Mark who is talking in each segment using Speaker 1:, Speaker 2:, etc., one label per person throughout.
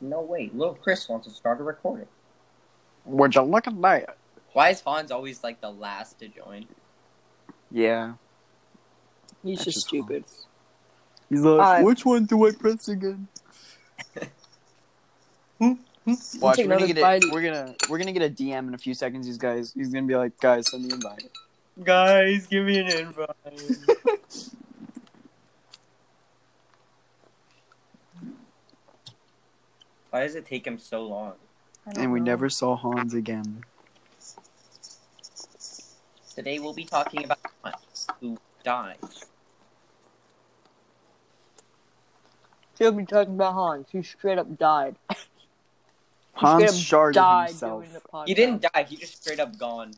Speaker 1: No way. Little Chris wants to start a recording.
Speaker 2: Would you look at that?
Speaker 1: Why is Hans always like the last to join?
Speaker 2: Yeah.
Speaker 3: He's
Speaker 2: That's
Speaker 3: just
Speaker 2: just
Speaker 3: stupid.
Speaker 2: He's like,
Speaker 3: Uh,
Speaker 2: which one do I press again? Watch,
Speaker 3: Take
Speaker 2: we're gonna,
Speaker 3: another
Speaker 2: get
Speaker 3: bite.
Speaker 2: a, we're gonna we're gonna get a DM in a few seconds. These guys, he's gonna be like, guys, send me an invite.
Speaker 1: Guys, give me an invite. Why does it take him so long?
Speaker 2: And we never saw Hans again.
Speaker 1: Today we'll be talking about Hans, who died.
Speaker 3: He'll be talking about Hans. He straight up died. He
Speaker 2: Hans
Speaker 3: straight up
Speaker 2: sharded
Speaker 3: died
Speaker 2: himself.
Speaker 3: doing the podcast.
Speaker 1: He didn't die, he just straight up gone.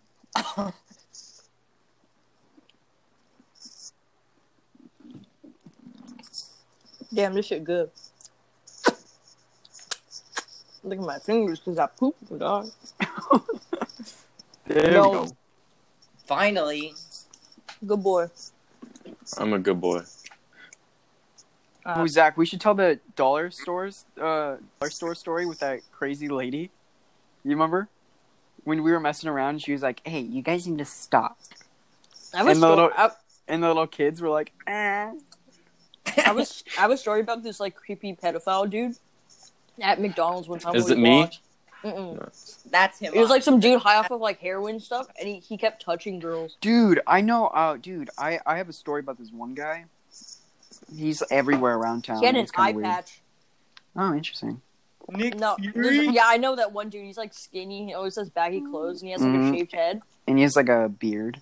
Speaker 3: Damn, this shit good. Look at my fingers because I pooped, dog.
Speaker 2: There
Speaker 3: No.
Speaker 2: we go.
Speaker 1: Finally,
Speaker 3: Good boy.
Speaker 4: I'm a good boy.
Speaker 3: Uh,
Speaker 2: Oh, Zach, we should tell the dollar stores, uh, dollar store story with that crazy lady. You remember when we were messing around? She was like, "Hey, you guys need to stop."
Speaker 3: I was
Speaker 2: and the
Speaker 3: still-
Speaker 2: little-
Speaker 3: I-
Speaker 2: And the little kids were like,
Speaker 3: I was I have a story about this like creepy pedophile dude at McDonald's one time.
Speaker 4: Is
Speaker 3: when
Speaker 4: it
Speaker 3: we
Speaker 4: me?
Speaker 3: walked. Mm-mm.
Speaker 1: that's him.
Speaker 3: It was
Speaker 1: up.
Speaker 3: like some dude high off of like heroin stuff, and he, he kept touching girls.
Speaker 2: Dude, I know. Uh, dude, I, I have a story about this one guy. He's everywhere around town.
Speaker 3: He had an
Speaker 2: It's
Speaker 3: eye
Speaker 2: kinda weird.
Speaker 3: patch.
Speaker 2: Oh, interesting.
Speaker 1: Nick
Speaker 3: No, there's- yeah, I know that one dude. He's like skinny. He always has baggy clothes, and he has like
Speaker 2: Mhm.
Speaker 3: a shaved head.
Speaker 2: And he has like a beard.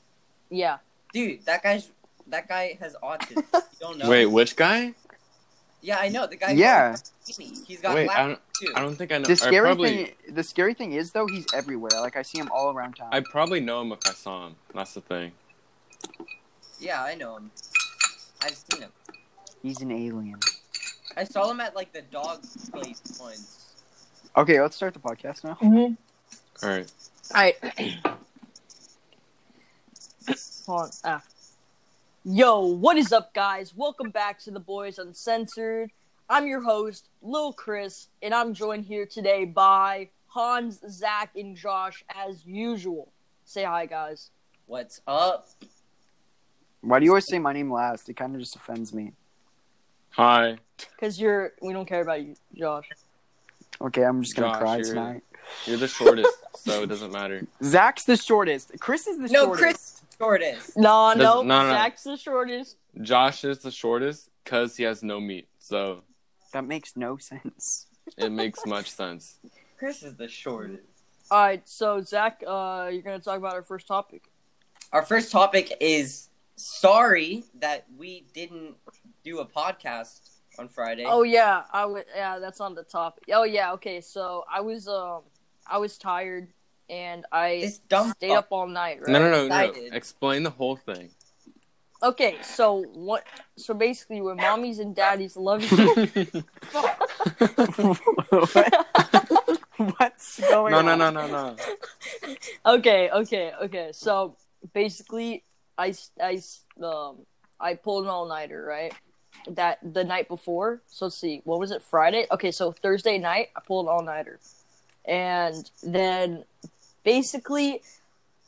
Speaker 3: Yeah,
Speaker 1: Dude, that guy's that guy has autism. You don't know.
Speaker 4: Wait, which guy?
Speaker 1: Yeah, I know. The guy
Speaker 2: Yeah.
Speaker 1: He's got
Speaker 4: Wait, I
Speaker 1: glasses too.
Speaker 4: don't. I don't think I know.
Speaker 2: The
Speaker 4: I
Speaker 2: scary
Speaker 4: probably,
Speaker 2: thing. The scary thing is though, he's everywhere. Like I see him all around town.
Speaker 4: I probably know him if I saw him. That's the thing.
Speaker 1: Yeah, I know him. I've seen him.
Speaker 2: He's an alien.
Speaker 1: I saw him at like the dog place once.
Speaker 2: Okay, let's start the podcast now.
Speaker 4: All right.
Speaker 3: All right. Hold on. Ah. Yo, what is up, guys? Welcome back to the Boys Uncensored. I'm your host, Lil Chris, and I'm joined here today by Hans, Zach, and Josh, as usual. Say hi, guys.
Speaker 1: What's up?
Speaker 2: Why do you always say my name last? It kind of just offends me.
Speaker 4: Hi.
Speaker 3: Because you're, we don't care about you, Josh.
Speaker 2: Okay, I'm just gonna
Speaker 4: Josh,
Speaker 2: cry
Speaker 4: you're-
Speaker 2: tonight.
Speaker 4: You're the shortest, so it doesn't matter.
Speaker 2: Zach's the shortest. Chris is the
Speaker 1: no,
Speaker 2: shortest.
Speaker 1: Chris shortest.
Speaker 3: No,
Speaker 4: Does-
Speaker 3: no,
Speaker 4: no, no.
Speaker 3: Zach's the shortest.
Speaker 4: Josh is the shortest because he has no meat, so
Speaker 2: That makes no sense.
Speaker 4: it makes much sense.
Speaker 1: Chris is the shortest.
Speaker 3: All right, so Zach, uh, you're gonna talk about our first topic.
Speaker 1: Our first topic is sorry that we didn't do a podcast on Friday.
Speaker 3: Oh yeah, I was. Yeah, that's on the top. Oh yeah, okay. So I was, um, I was tired, and I
Speaker 1: This dumb
Speaker 3: stayed
Speaker 1: fuck.
Speaker 3: up all night. Right?
Speaker 4: No, no, no, no.
Speaker 1: Excited.
Speaker 4: Explain the whole thing.
Speaker 3: Okay, so what? So basically, when mommies and daddies love each other,
Speaker 2: What's going
Speaker 4: No,
Speaker 2: on?
Speaker 4: no, no, no, no.
Speaker 3: okay, okay, okay. So basically, I s- I s- um I pulled an all nighter right that the night before. So let's see, what was it? Friday. Okay, so Thursday night I pulled an all nighter, and then basically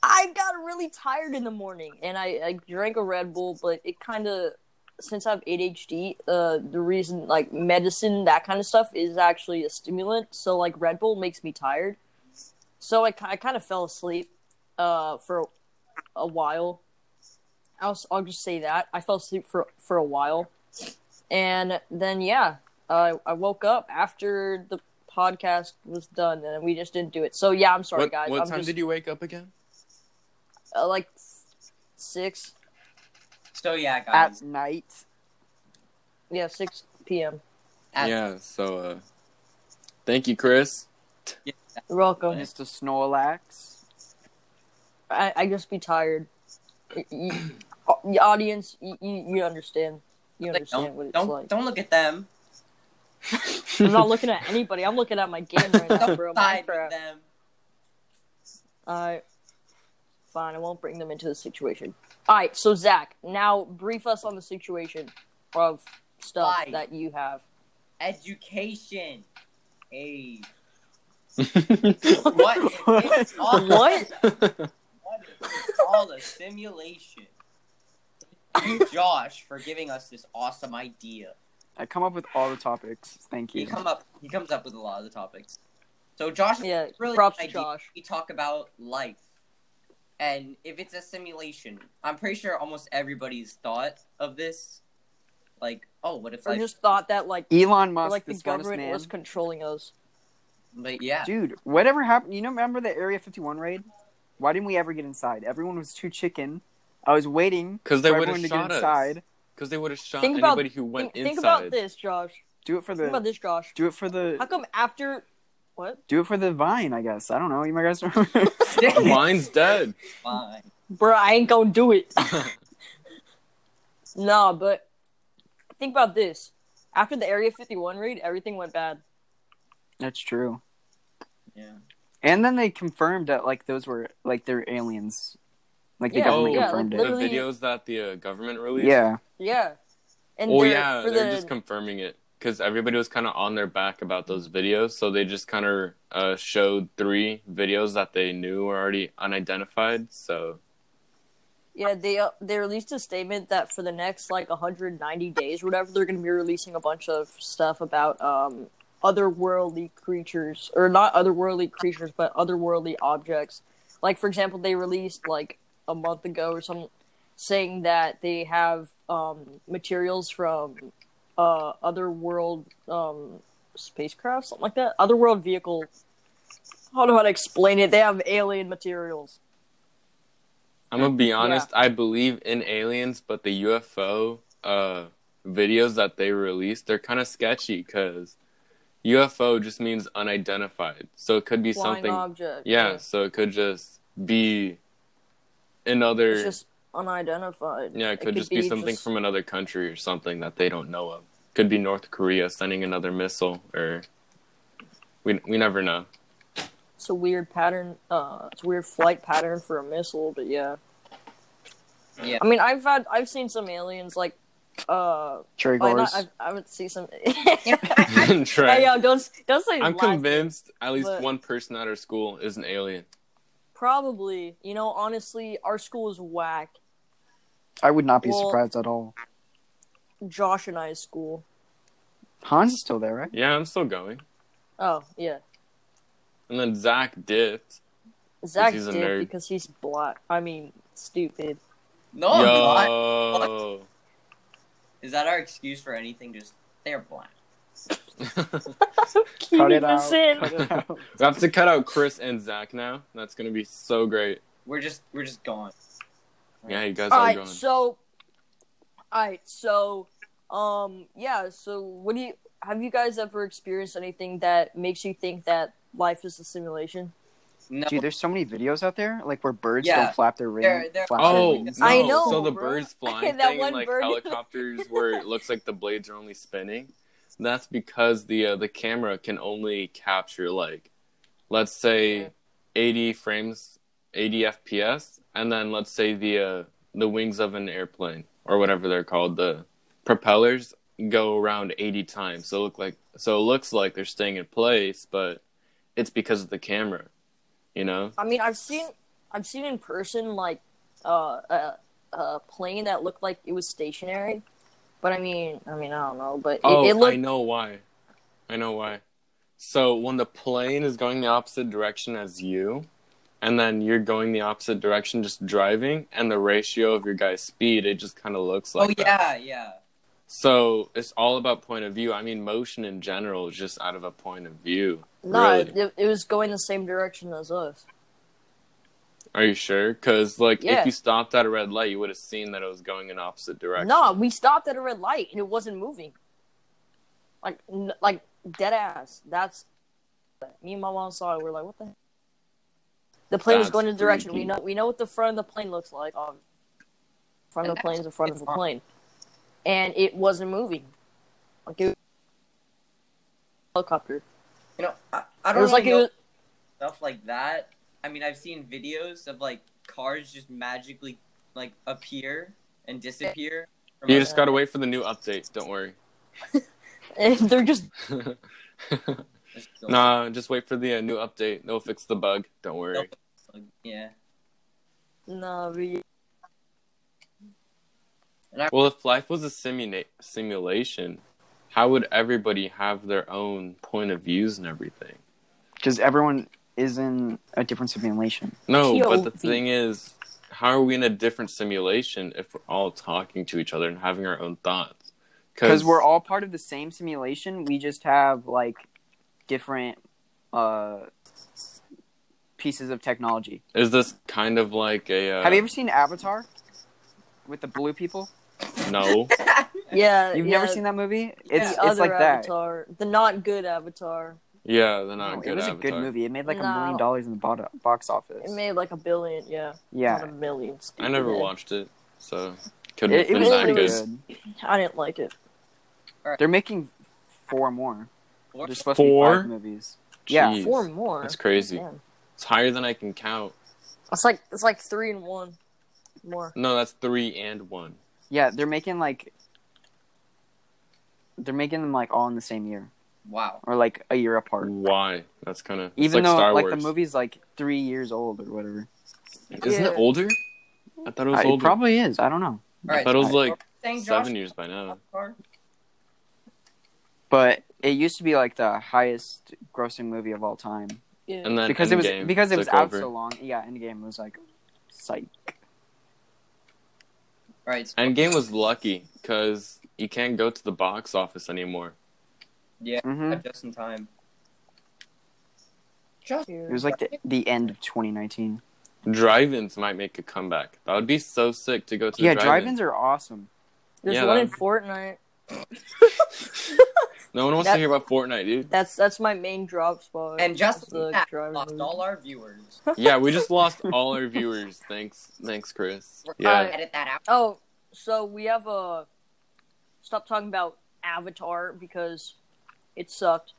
Speaker 3: I got really tired in the morning, and I, I drank a Red Bull, but it kind of since I have ADHD, uh, the reason like medicine that kind of stuff is actually a stimulant. So like Red Bull makes me tired. So I, ki- I kind of fell asleep uh, for a while. I'll, s- I'll just say that. I fell asleep for, for a while. And then, yeah, uh, I woke up after the podcast was done and we just didn't do it. So, yeah, I'm sorry,
Speaker 4: what
Speaker 3: guys.
Speaker 4: what
Speaker 3: I'm
Speaker 4: time
Speaker 3: just,
Speaker 4: did you wake up again?
Speaker 3: Uh, like six.
Speaker 1: So yeah,
Speaker 2: At
Speaker 1: guys.
Speaker 2: night.
Speaker 3: Yeah, 6 p.m.
Speaker 1: At-
Speaker 4: yeah. So, uh, thank you, Chris.
Speaker 3: You're welcome.
Speaker 2: Mr. Snorlax.
Speaker 3: I, I just be tired. Y- y- The audience, you, you understand. You
Speaker 1: Like,
Speaker 3: understand what
Speaker 1: don't don't,
Speaker 3: it's like.
Speaker 1: don't look at them.
Speaker 3: I'm not looking at anybody. I'm looking at my game right now,
Speaker 1: Don't
Speaker 3: bro.
Speaker 1: side
Speaker 3: Minecraft.
Speaker 1: with them.
Speaker 3: Alright. Fine, I won't bring them into the situation. Alright, so Zach, now brief us on the situation of stuff
Speaker 1: Why?
Speaker 3: that you have.
Speaker 1: Education. Hey,
Speaker 4: What?
Speaker 1: what? It's all,
Speaker 3: What?
Speaker 1: what is- It's all a simulation. Thank you, Josh, for giving us this awesome idea.
Speaker 2: I come up with all the topics. Thank
Speaker 1: He
Speaker 2: you.
Speaker 1: come up. He comes up with a lot of the topics. So Josh,
Speaker 3: Yeah,
Speaker 1: really
Speaker 3: props
Speaker 1: good
Speaker 3: to
Speaker 1: idea.
Speaker 3: Josh.
Speaker 1: we talk about life. And if it's a simulation, I'm pretty sure almost everybody's thought of this. Like, oh, what if
Speaker 3: I
Speaker 1: I
Speaker 3: just thought that like
Speaker 2: Elon
Speaker 3: or,
Speaker 2: Musk,
Speaker 3: like the
Speaker 2: the smartest
Speaker 3: government
Speaker 2: man.
Speaker 3: was controlling us.
Speaker 1: But yeah,
Speaker 2: Dude, whatever happened? You know, remember the Area 51 raid? Why didn't we ever get inside? Everyone was too chicken. I was waiting
Speaker 4: Because they
Speaker 2: for
Speaker 4: would
Speaker 2: everyone
Speaker 4: have
Speaker 2: to get
Speaker 4: shot us.
Speaker 2: inside.
Speaker 4: Because they would have shot
Speaker 3: Think about-
Speaker 4: anybody who went
Speaker 3: Think, think
Speaker 4: inside.
Speaker 3: about this, Josh.
Speaker 2: Do it for
Speaker 3: Think about
Speaker 2: the.
Speaker 3: this, Josh.
Speaker 2: Do it for
Speaker 3: How
Speaker 2: the.
Speaker 3: come after what?
Speaker 2: Do it for the vine, I guess. I don't know. You guys remember?
Speaker 4: Mine's dead.
Speaker 1: fine.
Speaker 3: Bruh, I ain't gonna do it. nah, but think about this. After the Area 51 raid, everything went bad.
Speaker 2: That's true.
Speaker 1: Yeah.
Speaker 2: And then they confirmed that like those were like they're aliens. Like the
Speaker 3: Yeah,
Speaker 2: government
Speaker 4: yeah,
Speaker 2: confirmed
Speaker 3: like,
Speaker 2: it.
Speaker 4: Oh, The
Speaker 3: Literally-
Speaker 4: videos that the uh, government released.
Speaker 2: Yeah.
Speaker 3: Yeah. And
Speaker 4: oh
Speaker 3: they're-
Speaker 4: yeah,
Speaker 3: for
Speaker 4: they're
Speaker 3: the
Speaker 4: just confirming it because everybody was kind of on their back about those videos, so they just kind of uh, showed three videos that they knew were already unidentified. So
Speaker 3: yeah they uh, they released a statement that for the next like 190 days, or whatever, they're gonna be releasing a bunch of stuff about um otherworldly creatures or not otherworldly creatures, but otherworldly objects. Like for example, they released like a month ago or something saying that they have um materials from uh other world um spacecraft something like that other world vehicle i don't know how to explain it they have alien materials
Speaker 4: I'm gonna be honest. I believe in aliens, but the UFO uh, videos that they released, they're kind of sketchy because UFO just means unidentified. So it could be
Speaker 3: flying
Speaker 4: something.
Speaker 3: object
Speaker 4: Yeah, so it could just be another.
Speaker 3: it's just unidentified
Speaker 4: yeah, it could, just be, something
Speaker 3: just-
Speaker 4: from another country or something that they don't know of. Could be North Korea sending another missile, or we we never know.
Speaker 3: it's a weird pattern uh it's a weird flight pattern for a missile but yeah
Speaker 1: Yeah.
Speaker 3: i mean i've had i've seen some aliens like uh
Speaker 2: Cherry
Speaker 3: well, not,
Speaker 2: gores.
Speaker 3: I've, i haven't seen some hey
Speaker 4: Trey,
Speaker 3: yo don't don't say
Speaker 4: I'm
Speaker 3: last-
Speaker 4: convinced at least
Speaker 3: but-
Speaker 4: one person at our school is an alien.
Speaker 3: probably you know honestly our school is whack
Speaker 2: I would not be
Speaker 3: Well-
Speaker 2: surprised at all.
Speaker 3: josh and i's school
Speaker 2: Hans is still there, right?
Speaker 4: Yeah, I'm still going.
Speaker 3: oh yeah
Speaker 4: And then Zach dipped.
Speaker 3: zach
Speaker 4: he's a
Speaker 3: did
Speaker 4: nerd.
Speaker 3: because he's black i mean stupid
Speaker 1: No,
Speaker 3: Oh,
Speaker 1: I'm not.
Speaker 4: Yo.
Speaker 1: Is that our excuse for anything? Just they're blind.
Speaker 2: Cut it
Speaker 3: Keeping
Speaker 2: out.
Speaker 3: this in.
Speaker 2: Cut it out.
Speaker 4: we have to cut out Chris and Zach now. That's gonna be so great.
Speaker 1: We're just we're just gone.
Speaker 4: Yeah, you guys
Speaker 3: all
Speaker 4: are
Speaker 3: right
Speaker 4: going.
Speaker 3: so all right so um yeah so what do you have you guys ever experienced anything that makes you think that life is a simulation
Speaker 1: No,
Speaker 2: Dude, there's so many videos out there, like where birds
Speaker 1: Yeah.
Speaker 2: don't flap their wings.
Speaker 1: They're- they're-
Speaker 2: flap their
Speaker 4: oh,
Speaker 2: wings.
Speaker 4: no.
Speaker 3: I know,
Speaker 4: So the
Speaker 3: bro.
Speaker 4: birds flying
Speaker 3: That
Speaker 4: thing
Speaker 3: one
Speaker 4: and like
Speaker 3: bird.
Speaker 4: helicopters, where it looks like the blades are only spinning. That's because the uh, the camera can only capture like, let's
Speaker 3: Yeah.
Speaker 4: say, eighty frames, eighty FPS, and then let's say the uh, the wings of an airplane or whatever they're called, the propellers go around eighty times. So it look like so it looks like they're staying in place, but it's because of the camera, you know.
Speaker 3: i mean i've seen i've seen in person like uh a, a plane that looked like it was stationary but i mean i mean i don't know but it,
Speaker 4: Oh,
Speaker 3: it
Speaker 4: I
Speaker 3: looked
Speaker 4: know why. I know why. So when the plane is going the opposite direction as you, and then you're going the opposite direction just driving, and the ratio of your guy's speed, it just kind of looks
Speaker 1: Oh
Speaker 4: like. that.
Speaker 1: yeah, yeah.
Speaker 4: So it's all about point of view. I mean, motion in general is just out of a point of view.
Speaker 3: no
Speaker 4: really?
Speaker 3: it, it was going the same direction as us
Speaker 4: Are you sure? Because like,
Speaker 3: Yeah.
Speaker 4: if you stopped at a red light, you would have seen that it was going in opposite direction.
Speaker 3: no we stopped at a red light and it wasn't moving like n- like dead ass that's me and my mom saw it we are like what the heck? the plane was
Speaker 4: That's
Speaker 3: going in the direction we
Speaker 4: freaky.
Speaker 3: know we know what the front of the plane looks like um, front of the plane is the front of the plane and it wasn't moving like it helicopter
Speaker 1: You know, I, I
Speaker 3: it
Speaker 1: don't
Speaker 3: was
Speaker 1: really
Speaker 3: like it
Speaker 1: know
Speaker 3: was
Speaker 1: stuff like that. I mean, I've seen videos of like cars just magically like appear and disappear. From,
Speaker 4: You
Speaker 1: like,
Speaker 4: just gotta wait for the new update. Don't worry.
Speaker 3: and they're just
Speaker 1: That's still-
Speaker 4: Nah, just wait for the uh, new update. They'll fix the bug. Don't worry.
Speaker 1: Yeah.
Speaker 3: No, we,
Speaker 4: Well, if life was a simula- simulation, how would everybody have their own point of views and everything?
Speaker 2: because everyone is in a different simulation.
Speaker 4: No, but the
Speaker 3: POV.
Speaker 4: thing is, how are we in a different simulation if we're all talking to each other and having our own thoughts?
Speaker 2: Because we're all part of the same simulation. We just have like different uh, pieces of technology.
Speaker 4: Is this kind of like a. Uh,
Speaker 2: have you ever seen Avatar with the blue people?
Speaker 4: No.
Speaker 3: yeah.
Speaker 2: You've
Speaker 3: Uh, yeah,
Speaker 2: never seen that movie?
Speaker 1: Yeah.
Speaker 2: It's
Speaker 3: the
Speaker 2: it's like
Speaker 3: other
Speaker 2: that.
Speaker 3: Avatar, the not good Avatar.
Speaker 4: Yeah, they're not
Speaker 2: No,
Speaker 4: good
Speaker 2: it was
Speaker 4: Avatar.
Speaker 2: a good movie. It made like a
Speaker 3: No.
Speaker 2: million dollars in the bod- box office.
Speaker 3: It made like a billion, yeah, not
Speaker 2: yeah,
Speaker 3: a million.
Speaker 4: I never
Speaker 3: stupid.
Speaker 4: watched it, so couldn't
Speaker 2: it,
Speaker 4: have
Speaker 2: it
Speaker 4: been
Speaker 2: was
Speaker 4: that
Speaker 2: pretty
Speaker 4: good.
Speaker 2: good.
Speaker 3: I didn't like it.
Speaker 2: They're making four more.
Speaker 1: Or-
Speaker 2: There's supposed
Speaker 4: Four?
Speaker 2: to be five movies. Yeah.
Speaker 4: Jeez.
Speaker 3: Four more.
Speaker 4: That's crazy.
Speaker 3: Man.
Speaker 4: It's higher than I can count.
Speaker 3: It's like it's like three and one more.
Speaker 4: No, that's three and one.
Speaker 2: Yeah, they're making like they're making them like all in the same year
Speaker 1: wow.
Speaker 2: or like a year apart.
Speaker 4: Why? That's kind of
Speaker 2: Even
Speaker 4: like
Speaker 2: though
Speaker 4: Star
Speaker 2: like
Speaker 4: Wars.
Speaker 2: the movie's like three years old or whatever.
Speaker 4: Isn't it
Speaker 3: Yeah.
Speaker 4: older? I thought it was
Speaker 2: Uh, it
Speaker 4: older.
Speaker 2: probably is. I don't know,
Speaker 1: All
Speaker 4: I
Speaker 1: right.
Speaker 4: thought it was
Speaker 2: Alright.
Speaker 4: like
Speaker 1: Thank Josh.
Speaker 4: seven years by now.
Speaker 1: Avatar.
Speaker 2: but it used to be like the highest grossing movie of all time
Speaker 3: Yeah.
Speaker 4: And then
Speaker 2: because it was
Speaker 4: Endgame
Speaker 2: because it was
Speaker 4: took
Speaker 2: out
Speaker 4: over.
Speaker 2: so long. Yeah, Endgame was like, psych.
Speaker 1: All right. so-
Speaker 4: Endgame was lucky because you can't go to the box office anymore.
Speaker 1: Yeah.
Speaker 2: hmm
Speaker 1: Just in time. Just
Speaker 2: It was like the, the end of 2019.
Speaker 4: Drive-ins might make a comeback. That would be so sick to go to.
Speaker 2: yeah,
Speaker 4: a drive-in.
Speaker 2: drive-ins are awesome.
Speaker 3: There's
Speaker 4: Yeah,
Speaker 3: one
Speaker 4: that-
Speaker 3: in Fortnite.
Speaker 4: No one wants
Speaker 3: That-
Speaker 4: to hear about Fortnite, dude.
Speaker 3: That's that's my main drop spot.
Speaker 1: and just
Speaker 3: the
Speaker 1: that
Speaker 3: driver
Speaker 1: lost
Speaker 3: movie.
Speaker 1: all our viewers.
Speaker 4: yeah, we just lost all our viewers. Thanks, thanks, Chris.
Speaker 1: We're
Speaker 4: Yeah,
Speaker 1: gonna edit that out.
Speaker 3: Oh, so we have a stop talking about Avatar because it sucked,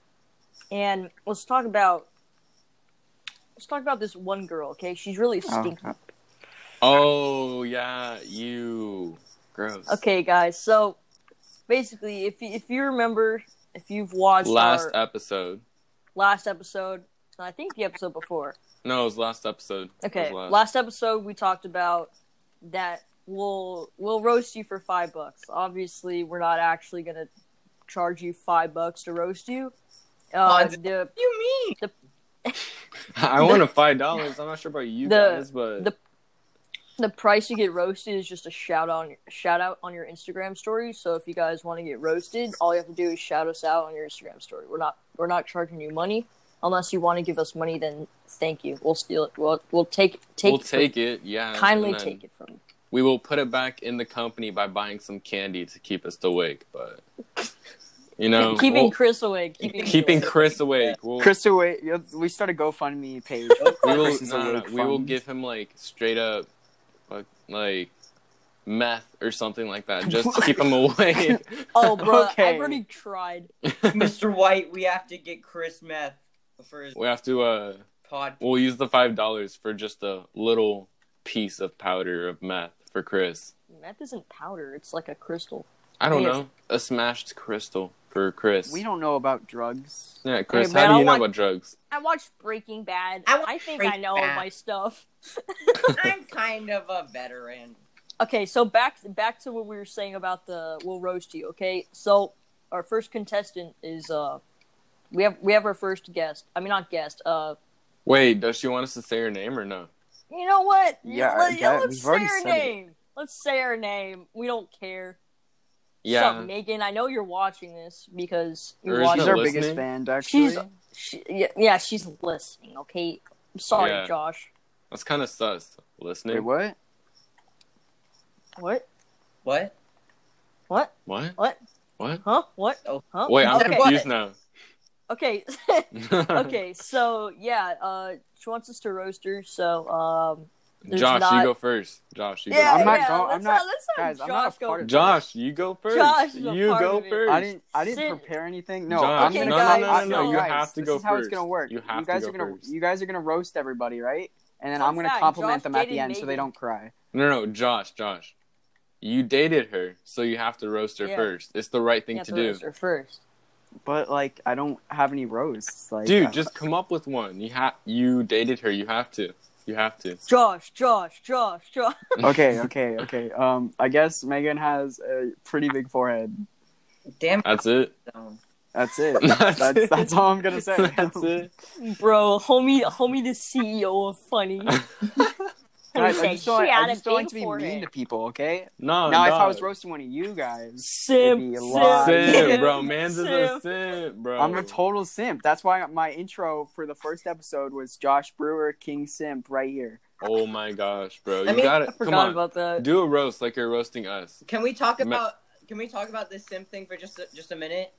Speaker 3: and let's talk about let's talk about this one girl. Okay, she's really
Speaker 2: Oh,
Speaker 3: stinky.
Speaker 4: Oh yeah, you gross.
Speaker 3: Okay, guys. So basically, if you, if you remember, if you've watched
Speaker 4: Last
Speaker 3: our
Speaker 4: episode.
Speaker 3: last episode, and I think the episode before.
Speaker 4: No, it was last episode. It
Speaker 3: Okay, last.
Speaker 4: was last.
Speaker 3: episode we talked about that we'll we'll roast you for five bucks. Obviously, we're not actually gonna charge you five bucks to roast you. Uh,
Speaker 1: Oh,
Speaker 3: the
Speaker 1: What do you mean?
Speaker 4: I want a five dollars. I'm not sure about you
Speaker 3: The-
Speaker 4: guys, but
Speaker 3: the- the price you get roasted is just a shout on shout out on your Instagram story. So if you guys want to get roasted, all you have to do is shout us out on your Instagram story. We're not we're not charging you money unless you want to give us money. Then thank you. We'll steal it. We'll we'll take take
Speaker 4: we'll
Speaker 3: it from-
Speaker 4: take it. Yeah,
Speaker 3: kindly
Speaker 4: and then
Speaker 3: take it from. you.
Speaker 4: We will put it back in the company by buying some candy to keep us awake. But you know,
Speaker 3: keeping
Speaker 4: we'll-
Speaker 3: Chris awake. Keeping,
Speaker 4: keeping
Speaker 3: Chris.
Speaker 4: Chris awake. We'll,
Speaker 2: Chris, away. We started GoFundMe page.
Speaker 4: we will,
Speaker 2: Chris is
Speaker 4: no, no, no,
Speaker 2: awake
Speaker 4: we will
Speaker 2: fund.
Speaker 4: give him like straight up, like, like meth or something like that, just to keep him awake.
Speaker 3: Oh, bro,
Speaker 2: Okay.
Speaker 3: I've already tried.
Speaker 1: Mr. White, we have to get Chris Meth for his
Speaker 4: we have to. uh
Speaker 1: pod.
Speaker 4: We'll use the five dollars for just a little piece of powder of meth for Chris.
Speaker 3: Meth isn't powder; it's like a crystal.
Speaker 4: I don't
Speaker 3: Yeah.
Speaker 4: know. A smashed crystal for Chris.
Speaker 2: We don't know about drugs.
Speaker 4: Yeah, Chris,
Speaker 3: Hey, man,
Speaker 4: how do
Speaker 3: I
Speaker 4: you know
Speaker 3: want-
Speaker 4: about drugs?
Speaker 3: I watched Breaking Bad.
Speaker 1: I watched
Speaker 3: I think I
Speaker 1: Breaking
Speaker 3: know
Speaker 1: Bad.
Speaker 3: my stuff.
Speaker 1: I'm kind of a veteran.
Speaker 3: Okay, so back back to what we were saying about the we'll roast you. Okay, so our first contestant is uh, we have we have our first guest. I mean, not guest. Uh,
Speaker 4: Wait, does she want us to say her name or no?
Speaker 3: you know what?
Speaker 2: Yeah,
Speaker 3: Let,
Speaker 2: yeah,
Speaker 3: let's
Speaker 2: we've
Speaker 3: say
Speaker 2: already
Speaker 3: her
Speaker 2: said it.
Speaker 3: name. Let's say her name. We don't care.
Speaker 4: Yeah.
Speaker 3: Sup, Megan. I know you're watching this because you
Speaker 4: Or is
Speaker 3: watch
Speaker 2: She's
Speaker 4: not
Speaker 2: our
Speaker 4: listening.
Speaker 2: biggest fan, actually.
Speaker 3: She's she, yeah, yeah, she's listening. Okay, I'm sorry,
Speaker 4: Yeah.
Speaker 3: Josh.
Speaker 4: That's kind of sus. Listening.
Speaker 2: Wait, what?
Speaker 3: What?
Speaker 1: What?
Speaker 3: What?
Speaker 4: What?
Speaker 3: What?
Speaker 4: What?
Speaker 3: Huh? What?
Speaker 1: Oh.
Speaker 3: Huh?
Speaker 4: Wait, I'm
Speaker 1: Okay.
Speaker 4: confused now.
Speaker 3: Okay. okay. So yeah, uh, she wants us to roast her. So um, there's
Speaker 4: Josh, you
Speaker 3: not-
Speaker 4: go first. Josh, you
Speaker 2: I'm
Speaker 4: go
Speaker 2: not
Speaker 4: first.
Speaker 2: go-
Speaker 3: let's
Speaker 2: I'm not-
Speaker 3: have- let's have
Speaker 2: guys, I'm
Speaker 3: Josh
Speaker 2: not a
Speaker 3: go
Speaker 2: part of
Speaker 3: first.
Speaker 4: Josh, you go first.
Speaker 3: Josh is a
Speaker 4: you
Speaker 3: part
Speaker 4: go
Speaker 3: of it.
Speaker 4: first.
Speaker 2: I didn't. I didn't
Speaker 3: Sid-
Speaker 2: prepare anything. No,
Speaker 4: Josh,
Speaker 2: I'm gonna.
Speaker 4: no,
Speaker 2: go-
Speaker 4: no, no,
Speaker 2: I-
Speaker 4: no, no,
Speaker 3: no,
Speaker 4: You
Speaker 2: guys,
Speaker 4: have to
Speaker 2: this
Speaker 4: go
Speaker 2: is how
Speaker 4: first.
Speaker 2: it's gonna work.
Speaker 4: You have
Speaker 2: guys
Speaker 4: to go
Speaker 2: are gonna.
Speaker 4: first.
Speaker 2: You guys are gonna roast everybody, right? And then
Speaker 3: Fun
Speaker 2: I'm gonna
Speaker 3: fact,
Speaker 2: compliment
Speaker 3: Josh
Speaker 2: them at the
Speaker 3: dated
Speaker 2: end so they
Speaker 3: Megan.
Speaker 2: don't cry.
Speaker 4: No, no, Josh, Josh. You dated her, so you have to roast her
Speaker 3: Yeah.
Speaker 4: first. It's the right thing
Speaker 3: You have
Speaker 4: to
Speaker 3: to
Speaker 4: do.
Speaker 3: roast her first.
Speaker 2: but like I don't have any rose. Like,
Speaker 4: Dude,
Speaker 2: uh,
Speaker 4: just come up with one. You ha- you dated her. You have to. You have to.
Speaker 3: Josh, Josh, Josh, Josh.
Speaker 2: okay, okay, okay. Um, I guess Megan has a pretty big forehead.
Speaker 1: Damn.
Speaker 4: That's it.
Speaker 1: though.
Speaker 2: That's it.
Speaker 4: That's
Speaker 2: that's
Speaker 4: it.
Speaker 2: that's all I'm gonna say.
Speaker 4: That's it.
Speaker 3: Bro, homie, homie, the CEO of Funny.
Speaker 2: Guys, I
Speaker 5: Say
Speaker 2: just don't, like-
Speaker 5: she
Speaker 2: I
Speaker 5: had a
Speaker 2: just don't like
Speaker 5: big
Speaker 2: to be
Speaker 5: forehead.
Speaker 2: mean to people, okay?
Speaker 4: No,
Speaker 2: now, if I
Speaker 4: no.
Speaker 2: was roasting one of you guys, It'd
Speaker 3: Simp,
Speaker 2: be a
Speaker 3: simp,
Speaker 2: lot.
Speaker 4: Simp,
Speaker 2: Simp,
Speaker 4: bro. Man's is a simp, bro.
Speaker 2: I'm a total simp. That's why my intro for the first episode was Josh Brewer, King Simp, right here.
Speaker 4: Oh my gosh, bro. You
Speaker 1: mean,
Speaker 4: got
Speaker 3: I
Speaker 4: it. Come
Speaker 3: forgot
Speaker 4: on.
Speaker 3: about that.
Speaker 4: Do a roast like you're roasting us.
Speaker 1: Can we talk
Speaker 4: Ma-
Speaker 1: about? Can we talk about this simp thing for just a, just a minute?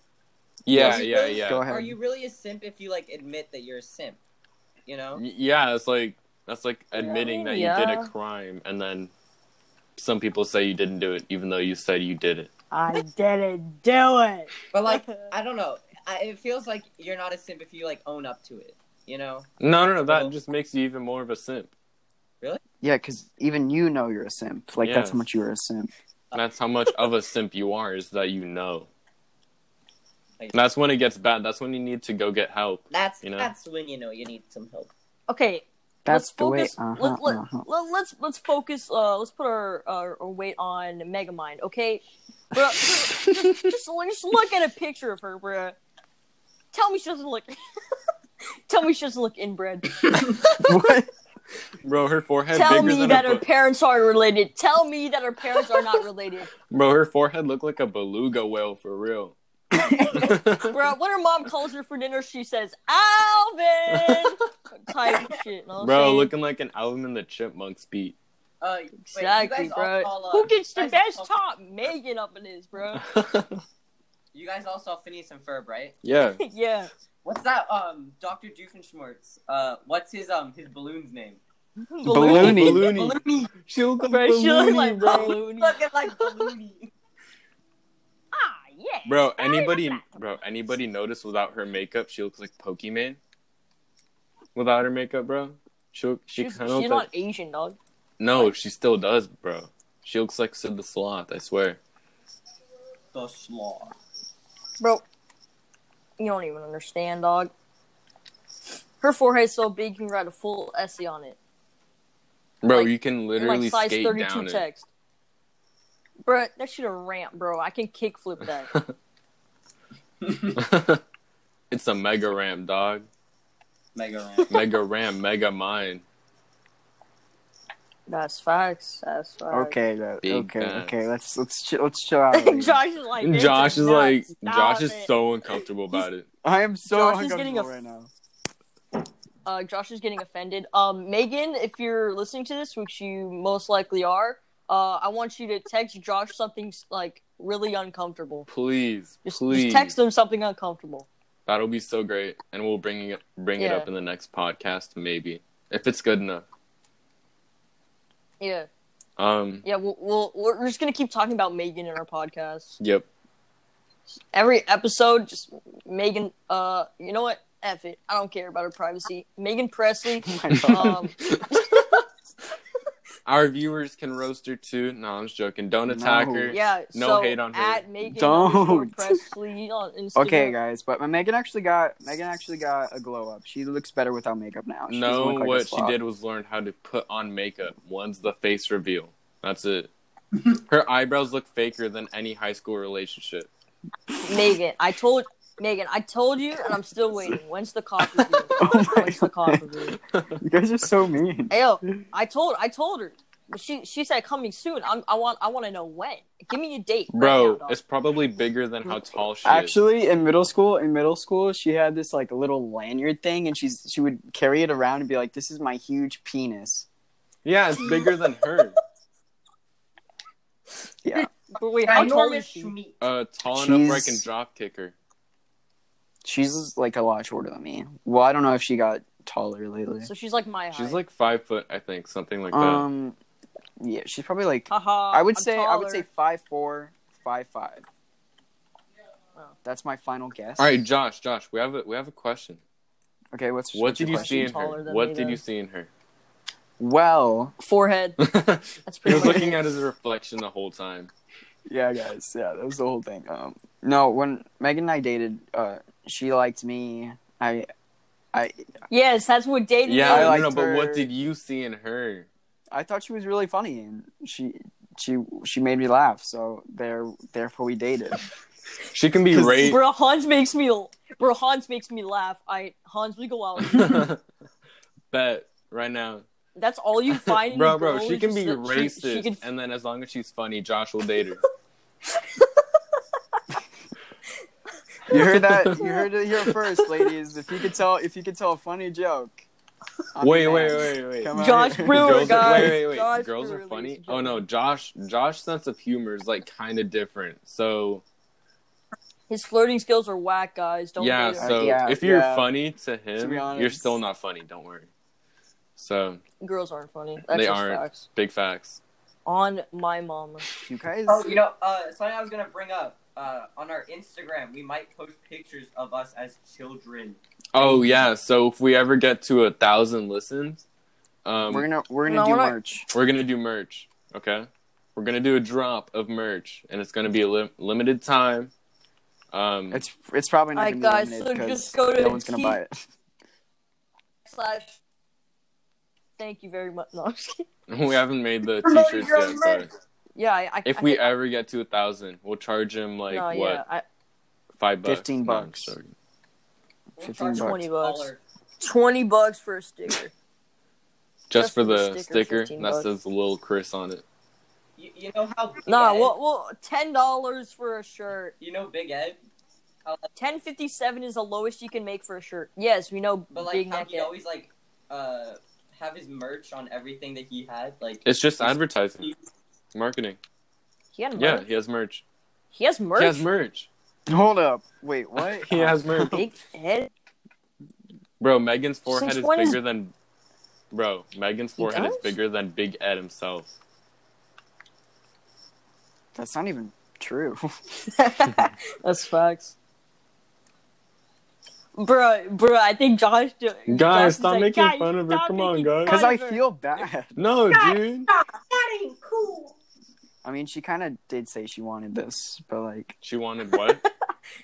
Speaker 4: Yeah,
Speaker 1: Yes.
Speaker 4: yeah, yeah.
Speaker 2: Go
Speaker 4: Y-
Speaker 2: ahead.
Speaker 1: Are you really a simp if you like admit that you're a simp? You know.
Speaker 4: Yeah, it's like that's like admitting that you did
Speaker 3: Yeah.
Speaker 4: a crime and then some people say you didn't do it even though you said you did it.
Speaker 3: I didn't do it.
Speaker 1: But like, I don't know. I, it feels like you're not a simp if you like own up to it. You know.
Speaker 4: No, no, no. That
Speaker 1: Well-
Speaker 4: just makes you even more of a simp.
Speaker 2: Yeah, because even you know you're a simp. Like that's
Speaker 4: Yeah.
Speaker 2: how much you're a simp.
Speaker 4: That's how much of a simp you are is that you know.
Speaker 1: Like,
Speaker 4: That's when it gets bad. That's when you need to go get help.
Speaker 1: that's
Speaker 4: you know?
Speaker 1: that's when you know you need some help.
Speaker 3: Okay,
Speaker 2: That's
Speaker 3: let's
Speaker 2: the way.
Speaker 3: focus.
Speaker 2: Uh-huh,
Speaker 3: let, let,
Speaker 2: uh-huh.
Speaker 3: let, us let's focus. Uh, let's put our, our, our weight on Megamind. Okay, bro, just, just just look at a picture of her, bruh. Tell me she doesn't look. Tell me she doesn't look inbred.
Speaker 2: What?
Speaker 4: Bro, her forehead
Speaker 3: Tell
Speaker 4: bigger
Speaker 3: me
Speaker 4: than
Speaker 3: that
Speaker 4: a
Speaker 3: her
Speaker 4: bu-
Speaker 3: parents aren't related. Tell me that her parents are not related,
Speaker 4: Bro, her forehead looked like a beluga whale for real.
Speaker 3: bro. When her mom calls her for dinner, she says Alvin type shit. know what I'm
Speaker 4: Bro,
Speaker 3: saying?
Speaker 4: looking like an album in the Chipmunks beat.
Speaker 1: Uh, wait, you
Speaker 3: exactly,
Speaker 1: guys all
Speaker 3: bro.
Speaker 1: saw, uh,
Speaker 3: Who gets
Speaker 1: you
Speaker 3: the
Speaker 1: guys
Speaker 3: best
Speaker 1: all-
Speaker 3: top? Megan up in this, bro.
Speaker 1: You guys all saw Phineas and Ferb, right?
Speaker 4: yeah.
Speaker 3: yeah.
Speaker 1: What's that? Um, Doctor Doofenshmirtz. Uh, what's his um his balloon's name?
Speaker 2: Balloony.
Speaker 4: Balloony.
Speaker 1: Balloony.
Speaker 4: She looked like
Speaker 3: Bro, she looked
Speaker 4: Balloony,
Speaker 3: like
Speaker 4: bro.
Speaker 3: Balloony.
Speaker 1: Looking like balloony.
Speaker 5: Ah, yes.
Speaker 4: Bro,
Speaker 5: I like
Speaker 4: anybody,
Speaker 5: that.
Speaker 4: bro, anybody notice without her makeup, she looks like Pokemon. Without her makeup, bro, she she
Speaker 3: She's,
Speaker 4: kind
Speaker 3: she's
Speaker 4: of looks
Speaker 3: not
Speaker 4: like
Speaker 3: Asian, dog.
Speaker 4: no, she still does, bro. She looks like Sid the Sloth, I swear.
Speaker 1: the sloth.
Speaker 3: Bro, you don't even understand, dog. Her forehead's so big you can write a full essay on it.
Speaker 4: Bro,
Speaker 3: Like-
Speaker 4: you can
Speaker 3: in,
Speaker 4: literally
Speaker 3: like size
Speaker 4: skate down
Speaker 3: 32
Speaker 4: it.
Speaker 3: text. Bro, that shit a ramp, bro. I can kickflip that.
Speaker 4: it's a mega ramp, dog.
Speaker 1: Mega Ram.
Speaker 4: Mega ramp, mega mine.
Speaker 3: That's facts. That's facts.
Speaker 2: Okay, that,
Speaker 4: Big
Speaker 2: okay,
Speaker 4: facts.
Speaker 2: okay. Let's let's chill, let's chill out. over here.
Speaker 3: Josh is like.
Speaker 4: And
Speaker 3: "This
Speaker 4: Josh is
Speaker 3: nuts.
Speaker 4: like,
Speaker 3: Stop
Speaker 4: Josh is
Speaker 3: it."
Speaker 4: so uncomfortable about it.
Speaker 2: I am so
Speaker 3: Josh is
Speaker 2: uncomfortable
Speaker 3: getting a-
Speaker 2: right now.
Speaker 3: uh, Josh is getting offended. Um, Megan, if you're listening to this, which you most likely are, uh, I want you to text Josh something like really uncomfortable.
Speaker 4: Please,
Speaker 3: Just,
Speaker 4: please.
Speaker 3: just text him something uncomfortable.
Speaker 4: That'll be so great, and we'll bring it bring it
Speaker 3: Yeah.
Speaker 4: up in the next podcast, maybe if it's good enough.
Speaker 3: Yeah,
Speaker 4: Um.
Speaker 3: yeah. We'll, we'll we're just gonna keep talking about Megan in our podcast.
Speaker 4: Yep.
Speaker 3: Every episode, just Megan. Uh, you know what? F it. I don't care about her privacy. Megan Presley.
Speaker 2: Oh my God.
Speaker 3: um,
Speaker 4: Our viewers can roast her too. No, I'm just joking. Don't
Speaker 2: No.
Speaker 4: attack her.
Speaker 3: yeah.
Speaker 4: No
Speaker 3: so
Speaker 4: hate on her.
Speaker 3: At Megan
Speaker 2: Don't.
Speaker 3: underscore Presley on Instagram.
Speaker 2: okay, guys, but Megan actually got Megan actually got a glow up. She looks better without makeup now. She doesn't
Speaker 4: No,
Speaker 2: look like a
Speaker 4: what she
Speaker 2: slob.
Speaker 4: did was learn how to put on makeup. One's the face reveal. That's it. Her eyebrows look faker than any high school relationship.
Speaker 3: Megan, I told Megan, I told you, and I'm still waiting. When's the coffee? bean?
Speaker 2: Oh my
Speaker 3: When's the coffee? bean?
Speaker 2: You guys are so mean.
Speaker 3: Ayo, I told, I told her, but she she said coming soon. I'm, I want, I want to know when. Give me a date, right
Speaker 4: Bro,
Speaker 3: now, dog.
Speaker 4: it's probably bigger than how tall she
Speaker 2: Actually, in middle school, in middle school, she had this like little lanyard thing, and she's she would carry it around and be like, "This is my huge penis."
Speaker 4: is. Yeah, it's bigger than her.
Speaker 2: Yeah,
Speaker 3: But wait, how tall is
Speaker 1: Ginormous
Speaker 3: she?
Speaker 1: meat.
Speaker 4: Uh, tall enough where I can
Speaker 2: She's-
Speaker 4: drop kick her.
Speaker 2: she's like a lot shorter than me. Well, I don't know if she got taller lately.
Speaker 3: So she's like my height.
Speaker 4: She's like five foot, I think, something like that.
Speaker 2: Um, yeah, she's probably like
Speaker 3: haha.
Speaker 2: I would
Speaker 3: I'm
Speaker 2: say I would say
Speaker 3: taller.
Speaker 2: five four, five five.
Speaker 3: Oh.
Speaker 2: That's my final guess.
Speaker 4: All right, Josh, Josh, we have a we have a question.
Speaker 2: Okay, what's
Speaker 4: What
Speaker 2: what's your
Speaker 4: did you
Speaker 2: question?
Speaker 4: see in
Speaker 3: Taller
Speaker 4: her?
Speaker 3: than me,
Speaker 4: What did
Speaker 3: though.
Speaker 4: you see in her?
Speaker 2: Well,
Speaker 3: forehead. That's
Speaker 4: he
Speaker 3: pretty.
Speaker 4: was
Speaker 3: much
Speaker 4: looking
Speaker 3: it.
Speaker 4: at his reflection the whole time.
Speaker 2: yeah, guys, yeah, that was the whole thing. Um, No, when Megan and I dated, uh, she liked me. I, I,
Speaker 3: Yes, that's what dating
Speaker 4: Yeah,
Speaker 2: I
Speaker 4: I
Speaker 2: liked
Speaker 4: know, but
Speaker 2: her.
Speaker 4: what did you see in her?
Speaker 2: I thought she was really funny, and she, she, she made me laugh. So there, therefore, we dated.
Speaker 4: She can be
Speaker 2: 'Cause-
Speaker 3: is.
Speaker 4: raped.
Speaker 3: Bro, Hans makes me bro Hans makes me laugh. I Hans, we go out.
Speaker 4: Bet right now,
Speaker 3: That's all you find. in
Speaker 4: bro,
Speaker 3: a
Speaker 4: bro.
Speaker 3: girl
Speaker 4: She
Speaker 3: is
Speaker 4: can be
Speaker 3: just that
Speaker 4: racist,
Speaker 3: She, she can,
Speaker 4: and then as long as she's funny, Josh will date her.
Speaker 2: You heard that? You heard it here first, ladies. If you could tell, if you could tell a funny joke. I'm
Speaker 4: wait,
Speaker 2: your
Speaker 4: wait,
Speaker 2: man.
Speaker 4: wait, wait.
Speaker 2: Come on.
Speaker 3: Josh
Speaker 2: here.
Speaker 3: Brewer,
Speaker 4: Girls are,
Speaker 3: guys.
Speaker 4: wait, wait, wait.
Speaker 3: Oh Josh
Speaker 4: Girls are
Speaker 3: Brewer,
Speaker 4: funny.
Speaker 3: ladies and
Speaker 4: Oh no, Josh. Josh' sense of humor is like kind of different. So
Speaker 3: his flirting skills are whack, guys. Don't
Speaker 4: yeah.
Speaker 3: date her.
Speaker 4: So
Speaker 2: Uh, yeah,
Speaker 4: if you're
Speaker 2: yeah.
Speaker 4: funny to him,
Speaker 2: be honest.
Speaker 4: you're still not funny. Don't worry. So
Speaker 3: girls aren't funny. That's
Speaker 4: They
Speaker 3: just
Speaker 4: aren't.
Speaker 3: facts.
Speaker 4: big facts.
Speaker 3: On my mama.
Speaker 2: You guys.
Speaker 1: Oh, you know, uh, something I was gonna bring up uh, on our Instagram, we might post pictures of us as children.
Speaker 4: Oh yeah. So if we ever get to a thousand listens, um,
Speaker 2: we're gonna we're gonna
Speaker 3: No,
Speaker 2: do
Speaker 3: we're not-
Speaker 2: merch.
Speaker 4: We're gonna do merch, okay? We're gonna do a drop of merch, and it's gonna be a lim- limited time. Um,
Speaker 2: It's it's probably not
Speaker 3: Alright,
Speaker 2: gonna
Speaker 3: guys,
Speaker 2: be
Speaker 3: so
Speaker 2: limited because
Speaker 3: just go to
Speaker 2: no one's gonna
Speaker 3: Keith-
Speaker 2: buy it.
Speaker 3: Slash. Thank you very much. No, I'm just kidding.
Speaker 4: we haven't made the
Speaker 1: Promote
Speaker 4: t-shirts
Speaker 1: your
Speaker 4: yet. Sorry.
Speaker 3: Yeah, I. I
Speaker 4: If
Speaker 3: I
Speaker 4: we
Speaker 3: think-
Speaker 4: ever get to a thousand, we'll charge him like
Speaker 3: no,
Speaker 4: what
Speaker 3: yeah, I,
Speaker 4: five bucks,
Speaker 2: 15
Speaker 4: No,
Speaker 2: bucks.
Speaker 4: sorry.
Speaker 1: We'll
Speaker 2: 15
Speaker 1: charge
Speaker 2: bucks.
Speaker 3: 20 bucks.
Speaker 1: dollar.
Speaker 3: twenty bucks for a sticker.
Speaker 4: just,
Speaker 3: Just
Speaker 4: for
Speaker 3: for the sticker,
Speaker 4: the sticker,
Speaker 3: 15
Speaker 4: that
Speaker 3: bucks.
Speaker 4: says "Little Chris" on it.
Speaker 1: You, you know how? Big
Speaker 3: Nah,
Speaker 1: Ed,
Speaker 3: well, well, ten dollars for a shirt.
Speaker 1: you know Big Ed,
Speaker 3: Ten fifty seven is the lowest you can make for a shirt. Yes, we know.
Speaker 1: but like
Speaker 3: big
Speaker 1: how
Speaker 3: neck.
Speaker 1: he always like uh have his merch on everything that he had. Like
Speaker 4: It's just advertising, marketing.
Speaker 3: he had merch.
Speaker 4: Yeah, he has merch.
Speaker 3: He has merch.
Speaker 4: He has merch.
Speaker 2: Hold up. Wait, what?
Speaker 4: He has merch.
Speaker 3: Big head.
Speaker 4: Bro, Megan's forehead is
Speaker 3: when is-
Speaker 4: bigger than. Bro, Megan's forehead is
Speaker 3: does?
Speaker 4: bigger than Big Ed himself.
Speaker 2: That's not even true.
Speaker 3: That's facts. Bro, bro, I think Josh. Josh is
Speaker 4: stop
Speaker 3: like,
Speaker 4: making
Speaker 3: "Guys,
Speaker 4: fun of her.
Speaker 3: stop
Speaker 4: Come on,
Speaker 3: making
Speaker 4: guys."
Speaker 2: Because I
Speaker 3: fun of her."
Speaker 2: feel bad.
Speaker 4: No, dude.
Speaker 5: that ain't cool.
Speaker 2: I mean, she kind of did say she wanted this, but like
Speaker 4: She wanted what?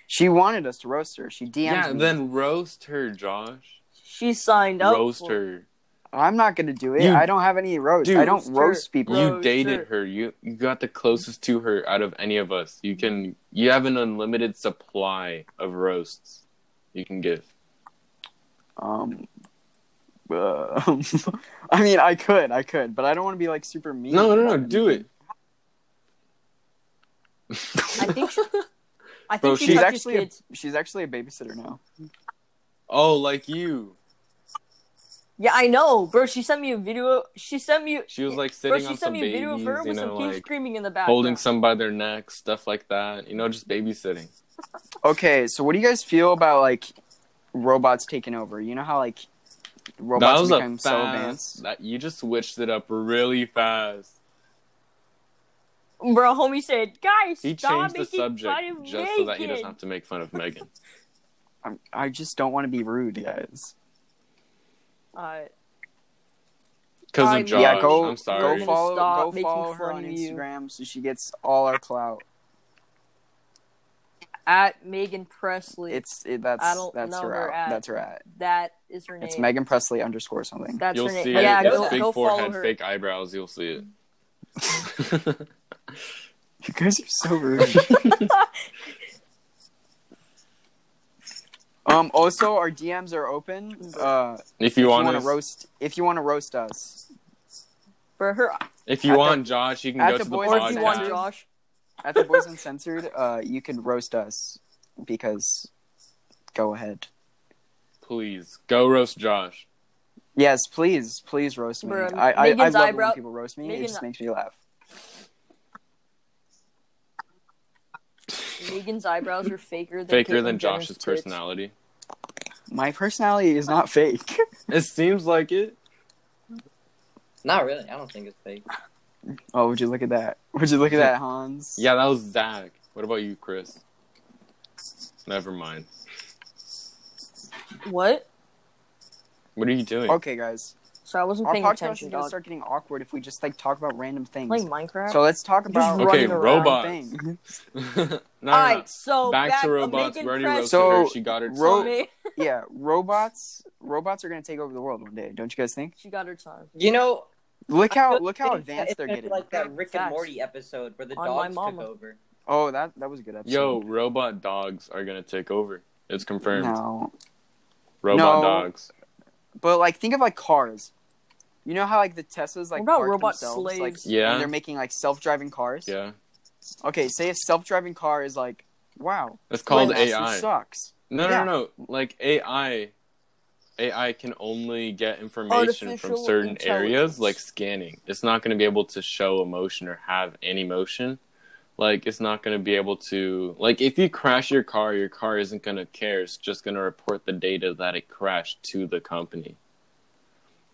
Speaker 2: she wanted us to roast her. She DM'd
Speaker 4: yeah,
Speaker 2: me.
Speaker 4: then roast her, Josh.
Speaker 3: she signed up.
Speaker 4: roast
Speaker 3: for-
Speaker 4: her.
Speaker 2: I'm not gonna do it.
Speaker 4: You-
Speaker 2: I don't have any roast. I
Speaker 4: Dude,
Speaker 2: don't
Speaker 3: sure.
Speaker 2: roast people.
Speaker 3: Roast
Speaker 4: you dated
Speaker 3: her.
Speaker 4: her. You you got the closest to her out of any of us. You can you have an unlimited supply of roasts you can give.
Speaker 2: Um. uh, I mean, I could, I could, but I don't want to be like super mean.
Speaker 4: No, no, no,
Speaker 2: about
Speaker 4: do it.
Speaker 3: I think. She, I think
Speaker 4: Bro,
Speaker 3: she
Speaker 4: she's
Speaker 3: touches
Speaker 2: actually a-
Speaker 3: kids.
Speaker 2: She's actually a babysitter now.
Speaker 4: oh, like you.
Speaker 3: Yeah, I know, bro. She sent me a video. She sent me.
Speaker 4: She was like
Speaker 3: Bro,
Speaker 4: sitting
Speaker 3: she
Speaker 4: on
Speaker 3: sent
Speaker 4: some
Speaker 3: me a
Speaker 4: babies,
Speaker 3: video of her
Speaker 4: you
Speaker 3: with some
Speaker 4: know,
Speaker 3: kids
Speaker 4: like
Speaker 3: screaming in the back.
Speaker 4: holding some by their neck, stuff like that. You know, just babysitting.
Speaker 2: Okay, so what do you guys feel about like robots taking over? You know how like
Speaker 4: That
Speaker 2: robots
Speaker 4: was
Speaker 2: become
Speaker 4: a
Speaker 2: so
Speaker 4: fast.
Speaker 2: advanced.
Speaker 4: That you just switched it up really fast.
Speaker 3: Bro, homie said, guys,
Speaker 4: He
Speaker 3: stop
Speaker 4: changed the
Speaker 3: making fun
Speaker 4: subject
Speaker 3: of
Speaker 4: just so that he doesn't
Speaker 3: Megan."
Speaker 4: have to make fun of Megan.
Speaker 2: I'm, I just don't want to be rude, guys.
Speaker 3: Alright.
Speaker 4: Because
Speaker 3: I
Speaker 4: of
Speaker 3: mean-
Speaker 4: Josh.
Speaker 2: yeah, go
Speaker 4: I'm sorry.
Speaker 2: go
Speaker 3: Gonna
Speaker 2: follow
Speaker 3: stop
Speaker 2: go
Speaker 3: making
Speaker 2: follow her
Speaker 3: fun
Speaker 2: on
Speaker 3: of you.
Speaker 2: Instagram so she gets all our clout.
Speaker 3: at Megan Presley.
Speaker 2: It's it, that's
Speaker 3: I don't
Speaker 2: that's
Speaker 3: know
Speaker 2: her,
Speaker 3: her
Speaker 2: out.
Speaker 3: at.
Speaker 2: That's her at.
Speaker 3: that is her name.
Speaker 2: It's Megan Presley underscore something.
Speaker 3: That's
Speaker 4: You'll
Speaker 3: her name.
Speaker 4: see it.
Speaker 3: yeah,
Speaker 4: It's
Speaker 3: go,
Speaker 4: big
Speaker 3: go follow
Speaker 4: forehead,
Speaker 3: her.
Speaker 4: fake eyebrows. You'll see it.
Speaker 2: You guys are so rude. um. Also, our DMs are open. Uh,
Speaker 4: if
Speaker 2: if
Speaker 4: you
Speaker 2: you
Speaker 4: want,
Speaker 2: want to
Speaker 4: us-
Speaker 2: roast, if you want to roast us,
Speaker 3: For her,
Speaker 4: if
Speaker 2: at
Speaker 4: you
Speaker 2: the-
Speaker 4: want Josh, you can
Speaker 2: at
Speaker 4: go
Speaker 2: the
Speaker 4: to the
Speaker 2: boys'
Speaker 3: or if you want
Speaker 2: Podcast.
Speaker 4: podcast.
Speaker 3: Josh.
Speaker 2: at the Boys Uncensored, uh, you can roast us because go ahead.
Speaker 4: Please go roast Josh.
Speaker 2: Yes, please, please roast me.
Speaker 3: Bruh,
Speaker 2: I, I, I love
Speaker 3: Megan's
Speaker 2: it
Speaker 3: eyebrow-
Speaker 2: when people roast me.
Speaker 3: Megan-
Speaker 2: It just makes me laugh.
Speaker 3: Megan's eyebrows are faker than Caitlyn
Speaker 4: Faker than
Speaker 3: Jenner's
Speaker 4: Josh's
Speaker 3: tits.
Speaker 4: personality.
Speaker 2: My personality is not fake.
Speaker 4: It seems like it.
Speaker 1: not really. I don't think it's fake.
Speaker 2: Oh, would you look at that? Would you look at that, Hans?
Speaker 4: Yeah, that was Zach. What about you, Chris? Never mind.
Speaker 3: What?
Speaker 4: What are you doing?
Speaker 2: Okay, guys.
Speaker 3: So I wasn't
Speaker 2: Our
Speaker 3: paying
Speaker 2: podcast
Speaker 3: attention,
Speaker 2: is gonna
Speaker 3: dog.
Speaker 2: start getting awkward if we just like talk about random things.
Speaker 3: Playing Minecraft.
Speaker 2: so let's talk
Speaker 3: Just
Speaker 2: about
Speaker 3: running
Speaker 4: Okay,
Speaker 3: around.
Speaker 4: robots.
Speaker 2: thing.
Speaker 4: no, no, no.
Speaker 3: All right, so
Speaker 4: back, to
Speaker 3: uh,
Speaker 4: robots.
Speaker 3: making
Speaker 4: We already
Speaker 3: friends
Speaker 4: roasted
Speaker 2: So,
Speaker 4: her. She got her.
Speaker 3: with
Speaker 2: ro-
Speaker 4: time.
Speaker 3: me.
Speaker 2: yeah, robots. Robots are gonna take over the world one day. Don't you guys think?
Speaker 3: She got her time.
Speaker 1: You know,
Speaker 2: Look
Speaker 1: I
Speaker 2: how
Speaker 1: really
Speaker 2: look how
Speaker 1: think that it's
Speaker 2: advanced they're
Speaker 1: gonna be
Speaker 2: getting.
Speaker 1: Like that Rick and
Speaker 3: Facts.
Speaker 1: Morty episode where the
Speaker 3: On my
Speaker 1: dogs took
Speaker 3: mama.
Speaker 1: over.
Speaker 2: oh, that that was a good episode.
Speaker 4: Yo, robot dogs are gonna take over. It's confirmed.
Speaker 2: no,
Speaker 4: Robot
Speaker 2: No.
Speaker 4: dogs.
Speaker 2: but like think of like cars. You know how like the Teslas like
Speaker 3: What about
Speaker 2: park
Speaker 3: robot
Speaker 2: themselves,
Speaker 3: slaves?
Speaker 2: like
Speaker 4: Yeah.
Speaker 2: and they're making like self-driving cars.
Speaker 4: Yeah,
Speaker 2: Okay, say a self-driving car is like wow,
Speaker 4: it's called
Speaker 2: Lynn Nelson
Speaker 4: AI.
Speaker 2: sucks.
Speaker 4: No,
Speaker 2: Yeah.
Speaker 4: no, no. Like AI, AI can only get information from
Speaker 3: Artificial
Speaker 4: certain areas,
Speaker 3: intelligence.
Speaker 4: like scanning. It's not going to be able to show emotion or have any emotion. Like it's not going to be able to like if you crash your car, your car isn't going to care. It's just going to report the data that it crashed to the company.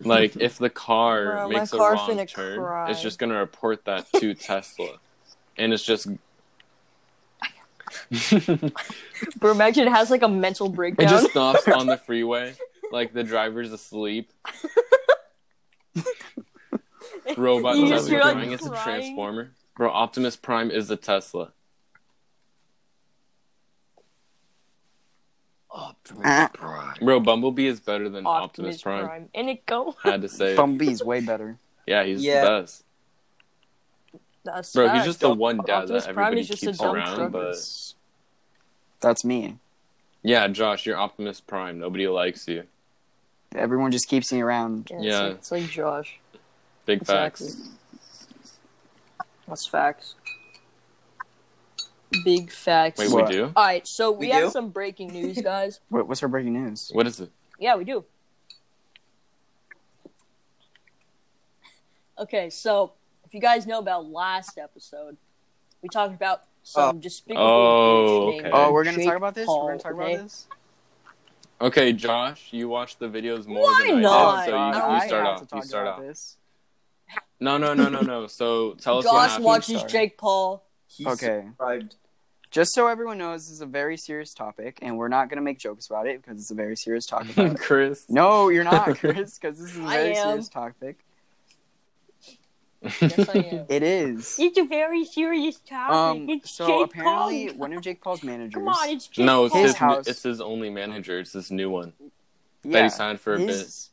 Speaker 4: Like if the car
Speaker 3: Bro, my
Speaker 4: makes a
Speaker 3: car
Speaker 4: wrong
Speaker 3: finna
Speaker 4: turn,
Speaker 3: cry.
Speaker 4: it's just going to report that to Tesla, and it's just.
Speaker 3: But imagine it has like a mental
Speaker 4: It
Speaker 3: breakdown.
Speaker 4: just stops on the freeway. Like the driver's asleep. Robot
Speaker 3: You
Speaker 4: Tesla
Speaker 3: just
Speaker 2: hear, like,
Speaker 4: driving. It's a
Speaker 3: crying.
Speaker 4: transformer. Bro, Optimus Prime is a Tesla.
Speaker 2: Ah,
Speaker 4: Bro, Bumblebee is better than Optimus,
Speaker 3: Optimus
Speaker 4: Prime.
Speaker 3: Prime. And it go.
Speaker 4: Had to say, it.
Speaker 2: Bumblebee's way better.
Speaker 4: yeah, he's
Speaker 1: Yeah.
Speaker 4: the best.
Speaker 3: That's
Speaker 4: Bro,
Speaker 3: facts.
Speaker 4: he's just the one dad
Speaker 3: Optimus
Speaker 4: that
Speaker 3: Prime
Speaker 4: everybody
Speaker 3: is just a
Speaker 4: keeps
Speaker 3: dumb
Speaker 4: around.
Speaker 3: truck.
Speaker 4: But
Speaker 2: That's me.
Speaker 4: yeah, Josh, you're Optimus Prime. Nobody likes you.
Speaker 2: Everyone just keeps me around.
Speaker 3: Yeah, it's
Speaker 4: Yeah.
Speaker 3: like- It's, like, Josh.
Speaker 4: Big
Speaker 3: Exactly.
Speaker 4: facts.
Speaker 3: That's facts. Big facts.
Speaker 4: Wait,
Speaker 2: What?
Speaker 4: we do?
Speaker 3: All right, so we,
Speaker 1: We
Speaker 3: have
Speaker 1: do?
Speaker 3: some breaking news, guys.
Speaker 2: What, what's our breaking news?
Speaker 4: What is it?
Speaker 3: yeah, we do. Okay, so if you guys know about last episode, we talked about some despicable
Speaker 4: Oh,
Speaker 3: bitch
Speaker 4: okay.
Speaker 3: named
Speaker 2: Oh, we're gonna
Speaker 3: Jake
Speaker 2: talk about this.
Speaker 3: Paul,
Speaker 2: we're gonna talk
Speaker 3: okay?
Speaker 2: about this.
Speaker 4: Okay, Josh, you watch the videos more
Speaker 3: Why
Speaker 4: than
Speaker 3: not?
Speaker 4: I do, Oh, so
Speaker 3: God,
Speaker 4: you,
Speaker 2: I
Speaker 4: you start
Speaker 2: have to
Speaker 4: off. You
Speaker 2: talk
Speaker 4: start
Speaker 2: about
Speaker 4: off.
Speaker 2: This.
Speaker 4: No, no, no, no, no. So tell us what
Speaker 3: Josh
Speaker 4: happened.
Speaker 3: watches
Speaker 2: Sorry.
Speaker 3: Jake Paul.
Speaker 1: He
Speaker 2: Okay,
Speaker 1: survived.
Speaker 2: just so everyone knows, this is a very serious topic, and we're not gonna make jokes about it because it's a very serious topic.
Speaker 4: Chris.
Speaker 2: no, you're not, Chris, because this is a
Speaker 3: I
Speaker 2: very
Speaker 3: am.
Speaker 2: serious topic.
Speaker 3: Yes, I am.
Speaker 2: It is.
Speaker 3: it's a very serious topic.
Speaker 2: Um. So apparently, one of Jake Paul's managers.
Speaker 3: it's
Speaker 4: No, it's
Speaker 2: His
Speaker 4: his,
Speaker 2: house.
Speaker 4: it's his only manager. It's this new one that
Speaker 2: yeah,
Speaker 4: he signed for a
Speaker 2: his,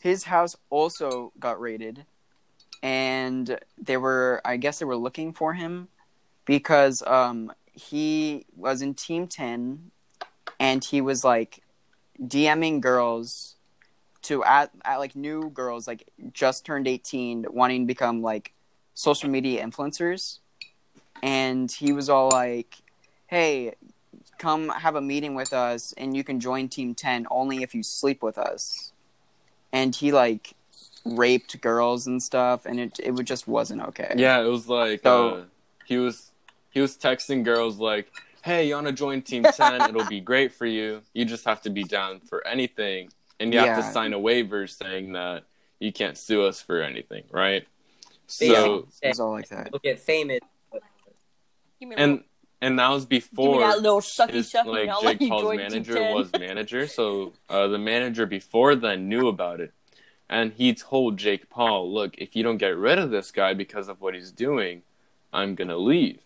Speaker 2: his house also got raided, and they were, I guess, they were looking for him because um, he was in Team Ten, and he was like DMing girls to at, at like new girls, like just turned eighteen, wanting to become like social media influencers, and he was all like, "Hey, come have a meeting with us and you can join team 10 only if you sleep with us and he like raped girls and stuff and it it would- just wasn't okay
Speaker 4: bit. Yeah, it was like uh,
Speaker 2: So-
Speaker 4: he was he was texting girls like, "Hey, you want to join Team Ten? It'll be great for you. You just have to be down for anything, and you have to
Speaker 2: Yeah.
Speaker 4: sign a waiver saying that you can't sue us for anything, right?"
Speaker 1: Yeah.
Speaker 4: So
Speaker 2: it was all like that
Speaker 1: He'll get famous.
Speaker 4: and and that was
Speaker 3: Give me
Speaker 4: before
Speaker 3: that little sucky
Speaker 4: is,
Speaker 3: sucky.
Speaker 4: like
Speaker 3: and I'll let
Speaker 4: Jake
Speaker 3: you
Speaker 4: Paul's
Speaker 3: join
Speaker 4: manager
Speaker 3: G10.
Speaker 4: was manager, so uh, the manager before then knew about it, and he told Jake Paul, "Look, if you don't get rid of this guy because of what he's doing, I'm gonna leave."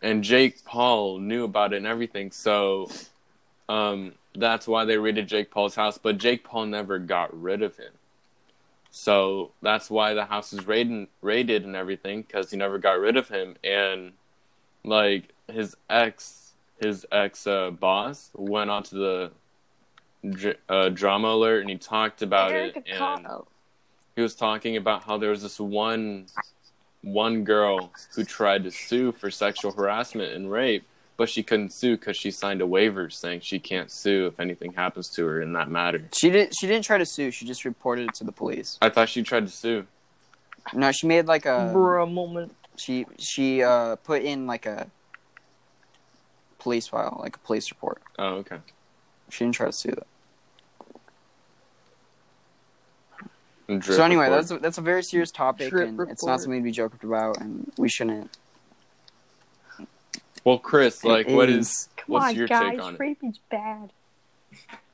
Speaker 4: And Jake Paul knew about it and everything, so um, that's why they raided Jake Paul's house. But Jake Paul never got rid of him, so that's why the house is raided, raided and everything because he never got rid of him and like his ex his ex uh, boss went on to the dr- uh, drama alert and he talked about
Speaker 3: Erica
Speaker 4: it and
Speaker 3: Cotto.
Speaker 4: he was talking about how there was this one one girl who tried to sue for sexual harassment and rape but she couldn't sue because she signed a waiver saying she can't sue if anything happens to her in that matter
Speaker 2: she didn't she didn't try to sue she just reported it to the police
Speaker 4: i thought she tried to sue
Speaker 2: no she made like a
Speaker 3: Bruh moment.
Speaker 2: she she uh put in like a police file like a police report
Speaker 4: oh okay
Speaker 2: she didn't try to sue that
Speaker 4: Drip
Speaker 2: so anyway
Speaker 4: report.
Speaker 2: that's that's a very serious topic
Speaker 3: Drip
Speaker 2: and it's not
Speaker 3: report.
Speaker 2: something to be joked about and we shouldn't
Speaker 4: well chris like
Speaker 2: It
Speaker 4: what is
Speaker 3: Come
Speaker 4: what's
Speaker 3: on,
Speaker 4: your
Speaker 3: guys.
Speaker 4: take on it
Speaker 3: Rape is bad.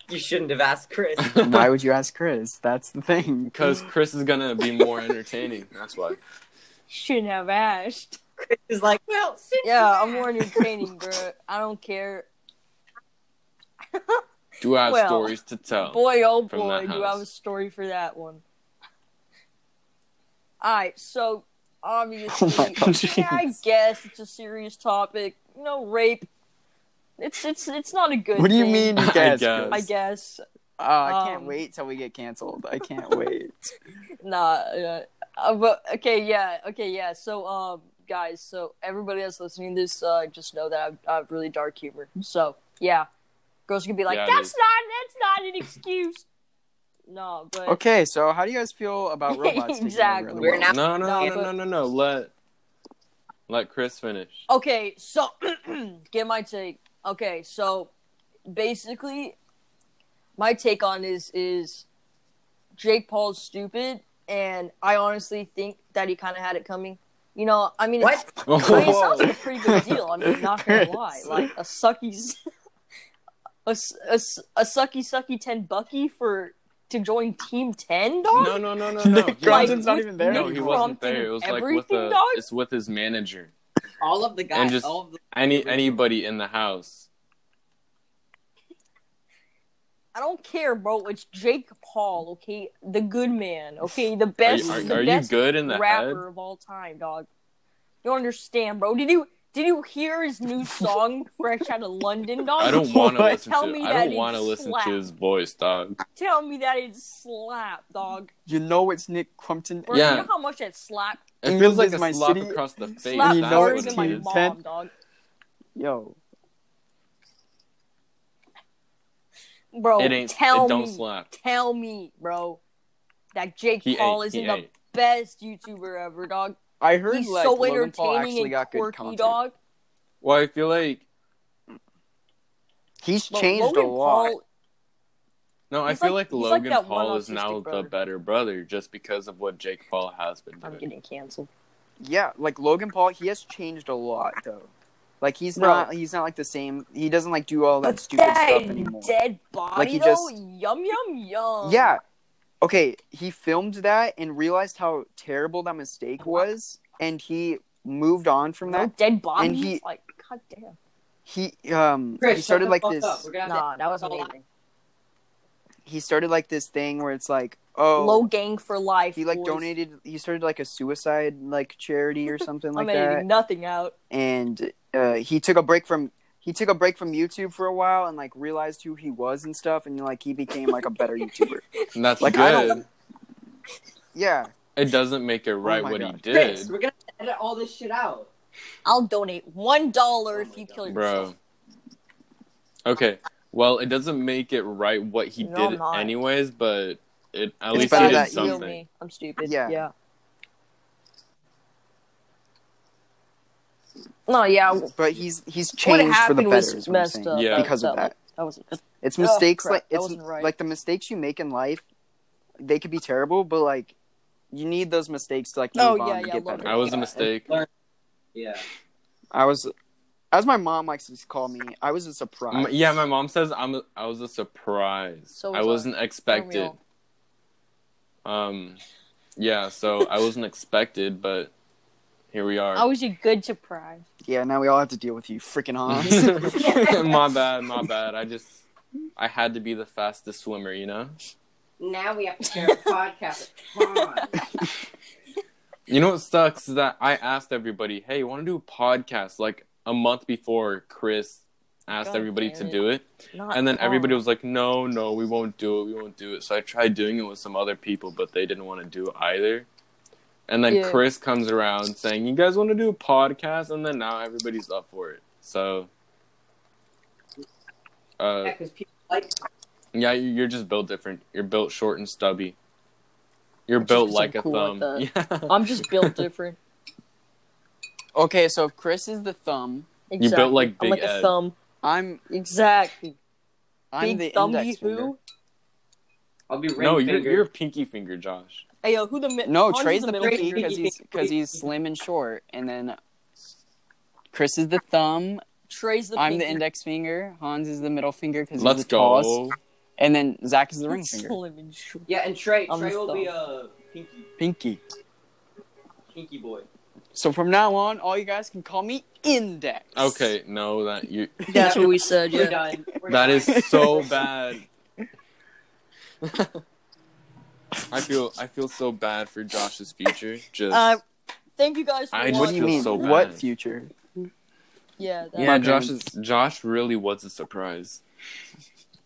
Speaker 1: You shouldn't have asked Chris.
Speaker 2: Why would you ask Chris? That's the thing.
Speaker 4: Because Chris is gonna be more entertaining. That's why.
Speaker 3: Shouldn't have asked.
Speaker 1: Chris is like, well, since
Speaker 3: Yeah,
Speaker 1: you
Speaker 3: I'm more entertaining, bro. I don't care.
Speaker 4: Do I have
Speaker 3: Well,
Speaker 4: stories to tell?
Speaker 3: Boy, oh
Speaker 4: From
Speaker 3: boy,
Speaker 4: that
Speaker 3: do I have a
Speaker 4: house.
Speaker 3: story for that one. Alright, so
Speaker 2: Oh my
Speaker 3: obviously,
Speaker 2: God,
Speaker 3: yeah, I guess it's a serious topic. You know, rape. It's it's it's not a good.
Speaker 2: What do you
Speaker 3: thing,
Speaker 2: mean? You
Speaker 4: I
Speaker 2: guess.
Speaker 4: guess.
Speaker 3: I guess
Speaker 2: Oh, I can't
Speaker 3: Um,
Speaker 2: wait till we get canceled. I can't wait.
Speaker 3: Nah, uh, uh, but okay, yeah, okay, yeah. So, um, guys, so everybody that's listening to this, uh, just know that I've, I have really dark humor. So, yeah, girls can be like,
Speaker 4: Yeah, it
Speaker 3: "That's
Speaker 4: is.
Speaker 3: not, that's not an excuse." no, but
Speaker 2: Okay, so how do you guys feel about robots? taking over
Speaker 3: Exactly.
Speaker 2: the
Speaker 1: We're
Speaker 2: world?
Speaker 1: not-
Speaker 4: No, no,
Speaker 3: No,
Speaker 4: no,
Speaker 3: but-
Speaker 4: no, no, no. Let let Chris finish.
Speaker 3: Okay, so get my take. Okay, so basically, my take on is is Jake Paul's stupid, and I honestly think that he kind of had it coming. You know, I mean, it's-
Speaker 1: what?
Speaker 3: I mean, it
Speaker 4: Whoa.
Speaker 3: sounds like a pretty good deal. I'm not gonna lie,
Speaker 2: Chris.
Speaker 3: like a sucky, s- a, s- a, s- a sucky sucky ten bucky for to join Team Ten, dog.
Speaker 4: No, no, no, no, no.
Speaker 2: Nick
Speaker 4: He wasn't-
Speaker 2: Crompton's not even there
Speaker 4: No, he
Speaker 2: anymore.
Speaker 4: wasn't
Speaker 3: Crompton
Speaker 4: there. It was like with
Speaker 3: everything,
Speaker 4: the
Speaker 3: dog?
Speaker 4: it's with his manager.
Speaker 1: All of the guys,
Speaker 4: just-
Speaker 1: all of the
Speaker 4: Any anybody in the house.
Speaker 3: I don't care, bro. It's Jake Paul, okay, the good man, okay, the
Speaker 4: Are
Speaker 3: best,
Speaker 4: you, are,
Speaker 3: the
Speaker 4: are you
Speaker 3: best
Speaker 4: good in the
Speaker 3: rapper
Speaker 4: head?
Speaker 3: of all time, dog. You don't understand, bro. Did you did you hear his new song, Fresh Out of London, dog?
Speaker 4: I don't want to
Speaker 2: What?
Speaker 4: listen
Speaker 3: Oh, Tell
Speaker 4: to.
Speaker 3: me
Speaker 4: I
Speaker 3: that
Speaker 4: don't
Speaker 3: it
Speaker 4: want to listen
Speaker 3: slapped.
Speaker 4: to his voice, dog.
Speaker 3: Tell me that it slapped, dog.
Speaker 2: You know it's Nick Crumpton.
Speaker 3: Bro,
Speaker 4: Yeah.
Speaker 3: You know how much that slapped?
Speaker 4: It
Speaker 2: England
Speaker 4: feels like
Speaker 2: is
Speaker 4: a
Speaker 2: my
Speaker 4: slap
Speaker 2: city.
Speaker 4: across the face.
Speaker 3: Slapped
Speaker 2: you
Speaker 4: That's
Speaker 2: know
Speaker 3: harder
Speaker 2: it's
Speaker 4: what
Speaker 3: than
Speaker 4: it
Speaker 3: my
Speaker 2: Team
Speaker 4: is.
Speaker 3: mom,
Speaker 2: 10.
Speaker 3: dog.
Speaker 2: Yo,
Speaker 3: Bro,
Speaker 4: It ain't.
Speaker 3: tell
Speaker 4: it don't
Speaker 3: me,
Speaker 4: slap.
Speaker 3: tell me, bro, that Jake
Speaker 4: He
Speaker 3: Paul
Speaker 4: ain't.
Speaker 3: isn't
Speaker 4: He
Speaker 3: the
Speaker 4: ain't.
Speaker 3: best YouTuber ever, dog.
Speaker 2: I heard
Speaker 3: He's
Speaker 2: like
Speaker 3: so
Speaker 2: Logan Paul actually
Speaker 3: entertaining and
Speaker 2: got good
Speaker 3: quirky,
Speaker 2: content.
Speaker 3: dog.
Speaker 4: Well, I feel like
Speaker 2: He's
Speaker 3: Bro,
Speaker 2: changed
Speaker 3: Logan
Speaker 2: a lot.
Speaker 3: Paul,
Speaker 4: no. I
Speaker 3: He's
Speaker 4: feel
Speaker 3: like-
Speaker 4: like,
Speaker 3: he's like
Speaker 4: Logan
Speaker 3: that one
Speaker 4: Paul is
Speaker 3: autistic
Speaker 4: now
Speaker 3: brother.
Speaker 4: the better brother, just because of what Jake Paul has been
Speaker 3: I'm
Speaker 4: doing.
Speaker 3: getting canceled.
Speaker 2: Yeah, like Logan Paul, he has changed a lot though. Like he's
Speaker 3: Bro.
Speaker 2: not he's not like the same. He doesn't like do all that stupid stuff anymore.
Speaker 3: Dead body
Speaker 2: Like, he
Speaker 3: though.
Speaker 2: just-
Speaker 3: Yum yum yum.
Speaker 2: Yeah. Okay, he filmed that and realized how terrible that mistake was and he moved on from
Speaker 3: No
Speaker 2: that.
Speaker 3: dead body.
Speaker 2: and he-
Speaker 3: like god damn.
Speaker 2: He um
Speaker 1: Chris,
Speaker 2: he
Speaker 1: shut
Speaker 2: started
Speaker 1: the
Speaker 2: like
Speaker 1: fuck
Speaker 2: this
Speaker 1: up. We're gonna have to-
Speaker 3: Nah, that was
Speaker 1: that's a lot.
Speaker 3: amazing.
Speaker 2: he started like this thing where it's like, oh,
Speaker 3: Low gang for life.
Speaker 2: he like
Speaker 3: boys.
Speaker 2: donated he started like a suicide like charity or something
Speaker 3: I'm
Speaker 2: like
Speaker 3: editing
Speaker 2: that.
Speaker 3: nothing out.
Speaker 2: and uh, he took a break from he took a break from YouTube for a while and like realized who he was and stuff and like he became like a better YouTuber.
Speaker 4: And that's
Speaker 2: Like,
Speaker 4: good.
Speaker 2: I don't- Yeah.
Speaker 4: It doesn't make it right
Speaker 2: Oh my
Speaker 4: what he
Speaker 2: God.
Speaker 4: did,
Speaker 1: Chris, we're gonna have to edit all this shit out.
Speaker 3: I'll donate one dollar if
Speaker 2: Oh
Speaker 3: you kill yourself.
Speaker 4: bro. Okay. Well, it doesn't make it right what he
Speaker 3: No,
Speaker 4: did,
Speaker 3: not.
Speaker 4: anyways. But it at
Speaker 2: It's
Speaker 4: least
Speaker 2: better
Speaker 4: he
Speaker 2: that
Speaker 4: did
Speaker 2: you-
Speaker 3: Heal
Speaker 4: something.
Speaker 3: me. I'm stupid. Yeah.
Speaker 2: Yeah.
Speaker 3: No, yeah. w-
Speaker 2: But he's he's
Speaker 3: What
Speaker 2: changed for the
Speaker 3: happened
Speaker 2: better
Speaker 3: was
Speaker 2: is what I'm
Speaker 3: messed
Speaker 2: saying,
Speaker 3: up.
Speaker 4: Yeah.
Speaker 2: because of that.
Speaker 3: That was that was-
Speaker 2: It's
Speaker 3: Oh,
Speaker 2: mistakes
Speaker 3: crap,
Speaker 2: like
Speaker 3: that
Speaker 2: it's
Speaker 3: wasn't right.
Speaker 2: like the mistakes you make in life, they could be terrible, but like you need those mistakes to like move
Speaker 3: Oh,
Speaker 2: on
Speaker 3: yeah,
Speaker 2: and
Speaker 3: yeah,
Speaker 2: get
Speaker 3: Logan.
Speaker 2: better.
Speaker 4: I was a
Speaker 3: Yeah.
Speaker 4: mistake.
Speaker 1: Yeah.
Speaker 2: I was as my mom likes to call me, I was a surprise.
Speaker 4: M- yeah, my mom says I'm. A, I was a surprise.
Speaker 3: So
Speaker 4: I
Speaker 3: was I.
Speaker 4: wasn't expected. Um, yeah. So I wasn't expected, but here we are.
Speaker 3: I was a good surprise.
Speaker 2: Yeah, now we all have to deal with you freaking Hans.
Speaker 4: my bad. My bad. I just I had to be the fastest swimmer. You know.
Speaker 5: Now we have to share a podcast. Come on.
Speaker 4: You know what sucks is that I asked everybody, "Hey, you want to do a podcast?" Like a month before Chris asked
Speaker 3: God
Speaker 4: everybody to
Speaker 3: damn it.
Speaker 4: do it,
Speaker 3: Not
Speaker 4: and then
Speaker 3: Paul.
Speaker 4: everybody was like, "No, no, we won't do it. We won't do it." So I tried doing it with some other people, but they didn't want to do it either. And then
Speaker 3: Yeah.
Speaker 4: Chris comes around saying, "You guys want to do a podcast?" And then now everybody's up for it. So, uh,
Speaker 1: Yeah, 'cause people like
Speaker 4: yeah, you- you're just built different. You're built short and stubby. You're
Speaker 3: Just
Speaker 4: built
Speaker 3: 'cause
Speaker 4: like
Speaker 3: I'm
Speaker 4: a
Speaker 3: cool like
Speaker 4: thumb. yeah.
Speaker 3: I'm just built different.
Speaker 2: okay, so if Chris is the thumb,
Speaker 3: Exactly.
Speaker 4: built like
Speaker 3: I'm
Speaker 4: Big
Speaker 3: like a
Speaker 4: Ed.
Speaker 3: thumb.
Speaker 2: I'm
Speaker 3: Exactly.
Speaker 2: I'm
Speaker 3: Big
Speaker 2: the
Speaker 3: thumby
Speaker 2: index finger.
Speaker 3: who?
Speaker 1: I'll be ring
Speaker 4: no, you're,
Speaker 1: finger.
Speaker 4: you're a pinky finger, Josh.
Speaker 3: Hey yo, who the mi-
Speaker 2: No,
Speaker 3: Hans is
Speaker 2: Trey's the
Speaker 3: middle
Speaker 2: pinky
Speaker 3: finger.
Speaker 2: because he's because he's slim and short, and then Chris is the thumb.
Speaker 3: Trey's the
Speaker 2: I'm the
Speaker 3: pinky.
Speaker 2: index finger. Hans is the middle finger because he's
Speaker 4: Let's
Speaker 2: the tallest.
Speaker 4: go.
Speaker 2: And then Zach is the ring
Speaker 3: It's
Speaker 2: finger.
Speaker 3: totally been true.
Speaker 1: Yeah, and Trey,
Speaker 3: On
Speaker 1: Trey
Speaker 3: the
Speaker 1: will be a pinky,
Speaker 2: Pinky.
Speaker 1: pinky boy.
Speaker 2: So from now on, all you guys can call me Index.
Speaker 4: Okay, no, that you
Speaker 3: That's what we said.
Speaker 1: We're
Speaker 3: Yeah.
Speaker 1: done. We're
Speaker 4: that
Speaker 1: done.
Speaker 4: is so bad. I feel I feel so bad for Josh's future. Just
Speaker 3: Uh, thank you guys. For
Speaker 4: I
Speaker 2: What do you
Speaker 4: feel
Speaker 2: mean?
Speaker 4: so bad.
Speaker 2: what future?
Speaker 3: Yeah. That,
Speaker 4: yeah,
Speaker 2: my
Speaker 4: Josh's Josh really was a surprise.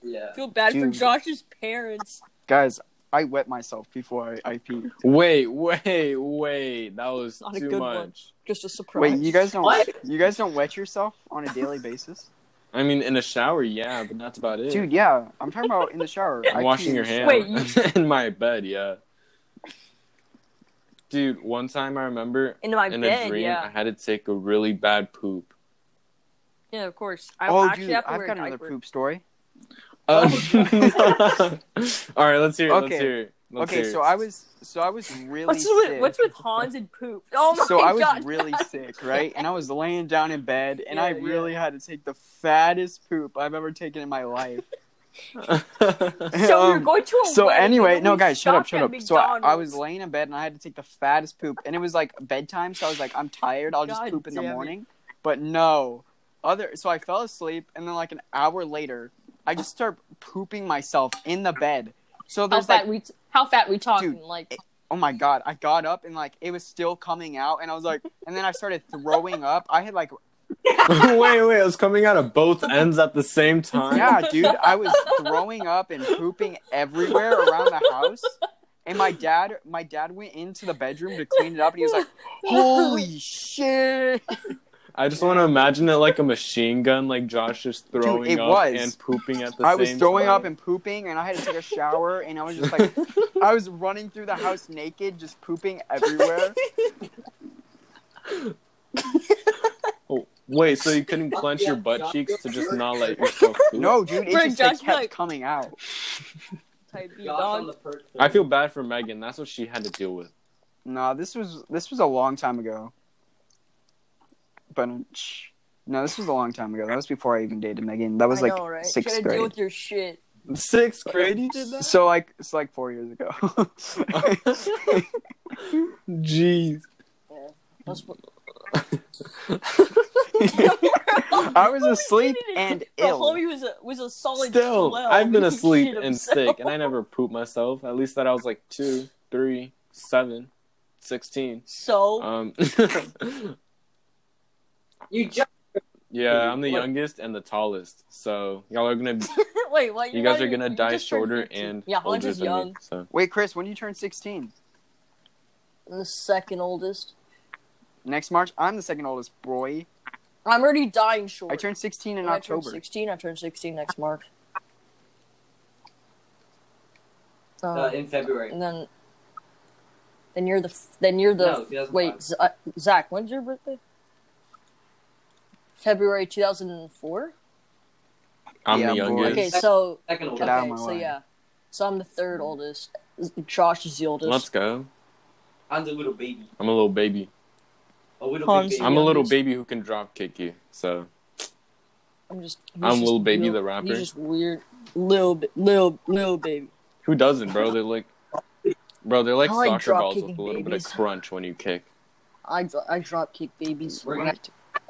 Speaker 1: Yeah.
Speaker 3: I feel bad for
Speaker 2: Dude.
Speaker 3: Josh's parents.
Speaker 2: Guys, I wet myself before I, I pee.
Speaker 4: Wait, wait, wait. That was
Speaker 3: Not a
Speaker 4: too
Speaker 3: good
Speaker 4: much.
Speaker 3: one. Just a surprise.
Speaker 2: Wait, you guys don't
Speaker 1: What?
Speaker 2: you guys don't wet yourself on a daily basis?
Speaker 4: I mean, in a shower, yeah, but that's about it.
Speaker 2: Dude, yeah. I'm talking about in the shower. I
Speaker 4: I'm washing
Speaker 2: pee.
Speaker 4: your hand
Speaker 3: Wait,
Speaker 4: in my bed, yeah. Dude, one time I remember
Speaker 3: in my
Speaker 4: in
Speaker 3: bed.
Speaker 4: a dream I
Speaker 3: Yeah.
Speaker 4: had to take a really bad poop.
Speaker 3: Yeah. Of course. I
Speaker 2: Oh,
Speaker 3: actually
Speaker 2: dude,
Speaker 3: have to
Speaker 2: I've
Speaker 3: wear
Speaker 2: got
Speaker 3: a
Speaker 2: another
Speaker 3: diaper.
Speaker 2: poop story.
Speaker 4: Uh,
Speaker 1: Oh,
Speaker 4: all right, let's hear. It,
Speaker 2: Okay.
Speaker 4: Let's hear. It. Let's
Speaker 2: okay,
Speaker 4: hear it.
Speaker 2: so I was so I was really
Speaker 3: What's
Speaker 2: sick.
Speaker 3: with, what's with Hans and poop? Oh my
Speaker 2: so I was
Speaker 3: god.
Speaker 2: really sick, right? And I was laying down in bed, and I
Speaker 3: Yeah, yeah.
Speaker 2: really had to take the fattest poop I've ever taken in my life.
Speaker 3: so we were
Speaker 2: Um,
Speaker 3: going to a
Speaker 2: so
Speaker 3: wedding,
Speaker 2: anyway,
Speaker 3: and
Speaker 2: no
Speaker 3: we
Speaker 2: guys, shut up,
Speaker 3: stopped
Speaker 2: shut
Speaker 3: at
Speaker 2: up. So I, I
Speaker 3: McDonald's.
Speaker 2: was laying in bed and I had to take the fattest poop, and it was like bedtime, so I was like, I'm tired, I'll just
Speaker 3: God
Speaker 2: poop in the
Speaker 3: damn it.
Speaker 2: morning. But no, other. So I fell asleep, and then like an hour later, I just start pooping myself in the bed. So
Speaker 3: How
Speaker 2: there's
Speaker 3: fat
Speaker 2: like,
Speaker 3: we? How fat we talking?
Speaker 2: Dude,
Speaker 3: like
Speaker 2: oh my god, I got up and like it was still coming out, and I was like, and then I started throwing up. I had like,
Speaker 4: wait, wait. It was coming out of both ends at the same time.
Speaker 2: yeah, dude, I was throwing up and pooping everywhere around the house. And my dad, my dad went into the bedroom to clean it up, and he was like. Holy shit!
Speaker 4: I just want to imagine it like a machine gun, like Josh just throwing
Speaker 2: it
Speaker 4: up
Speaker 2: was.
Speaker 4: and pooping at the same.
Speaker 2: I was throwing
Speaker 4: time.
Speaker 2: up and pooping, and I had to take a shower, and I was just like, I was running through the house naked, just pooping everywhere.
Speaker 4: Oh, wait, so you couldn't clench your butt cheeks to just not let yourself poop?
Speaker 2: No, dude, it
Speaker 3: Bro,
Speaker 2: just like,
Speaker 3: Josh,
Speaker 2: kept
Speaker 3: like-
Speaker 2: coming out.
Speaker 3: type B
Speaker 1: Josh on the
Speaker 3: dog.
Speaker 1: perch.
Speaker 4: I feel bad for Megan. That's what she had to deal with.
Speaker 2: No, this was this was a long time ago. But um, shh. no, this was a long time ago. That was before I even dated Megan. That was like
Speaker 3: I know, right?
Speaker 2: sixth
Speaker 3: Trying to
Speaker 2: grade.
Speaker 3: deal with your shit.
Speaker 4: Sixth grade, you did
Speaker 2: so like it's like four years ago.
Speaker 4: Jeez.
Speaker 3: That's what-
Speaker 2: I was asleep and
Speaker 3: The
Speaker 2: ill.
Speaker 3: homie was a was a solid.
Speaker 4: Still,
Speaker 3: 12.
Speaker 4: I've been
Speaker 3: He
Speaker 4: asleep
Speaker 3: shit
Speaker 4: and
Speaker 3: himself.
Speaker 4: sick, and I never pooped myself. At least that I was like two, three, seven, sixteen.
Speaker 3: So
Speaker 4: Um,
Speaker 1: You just
Speaker 4: yeah, I'm the
Speaker 1: What?
Speaker 4: youngest and the tallest, so y'all are gonna,
Speaker 3: wait, what?
Speaker 4: you
Speaker 3: you're
Speaker 4: guys
Speaker 3: not
Speaker 4: are
Speaker 3: even-
Speaker 4: gonna
Speaker 3: you
Speaker 4: die
Speaker 3: just turned
Speaker 4: shorter
Speaker 3: 15.
Speaker 4: and
Speaker 3: yeah, Hans
Speaker 4: older
Speaker 3: is
Speaker 4: than me.
Speaker 3: young,
Speaker 4: So
Speaker 2: Wait, Chris, when you turn sixteen?
Speaker 3: the second oldest.
Speaker 2: Next March, I'm the second oldest boy.
Speaker 3: I'm already dying short.
Speaker 2: I turned 16 in
Speaker 3: When I turn
Speaker 2: October.
Speaker 3: sixteen. I turn sixteen next March. Uh,
Speaker 1: uh, in February.
Speaker 3: and then, then you're the f- then you're the
Speaker 1: No, 2005.
Speaker 3: wait Z- uh, Zach. When's your birthday? February two thousand and four.
Speaker 4: I'm
Speaker 2: Yeah,
Speaker 4: the
Speaker 2: boy.
Speaker 4: youngest.
Speaker 3: Okay,
Speaker 1: Yes.
Speaker 3: so
Speaker 1: Second
Speaker 2: Get
Speaker 1: oldest.
Speaker 2: out of my
Speaker 3: okay, so
Speaker 2: way.
Speaker 3: yeah, so I'm the third oldest. Josh is the oldest.
Speaker 4: Let's go.
Speaker 1: I'm the little baby.
Speaker 4: I'm a little baby.
Speaker 1: A little
Speaker 3: Hans.
Speaker 1: baby.
Speaker 4: I'm a little
Speaker 3: youngest.
Speaker 4: baby who can drop kick you. So
Speaker 3: I'm just. he's
Speaker 4: I'm
Speaker 3: just
Speaker 4: Lil Baby
Speaker 3: real-
Speaker 4: the rapper.
Speaker 3: He's just weird. Lil Ba- Lil Lil Baby.
Speaker 4: who doesn't, bro? They're like, bro, they're like
Speaker 3: I like
Speaker 4: soccer
Speaker 3: drop
Speaker 4: balls with
Speaker 3: kicking
Speaker 4: a little bit of
Speaker 3: babies.
Speaker 4: crunch when you kick.
Speaker 3: I dro- I drop kick babies.
Speaker 1: We're gonna-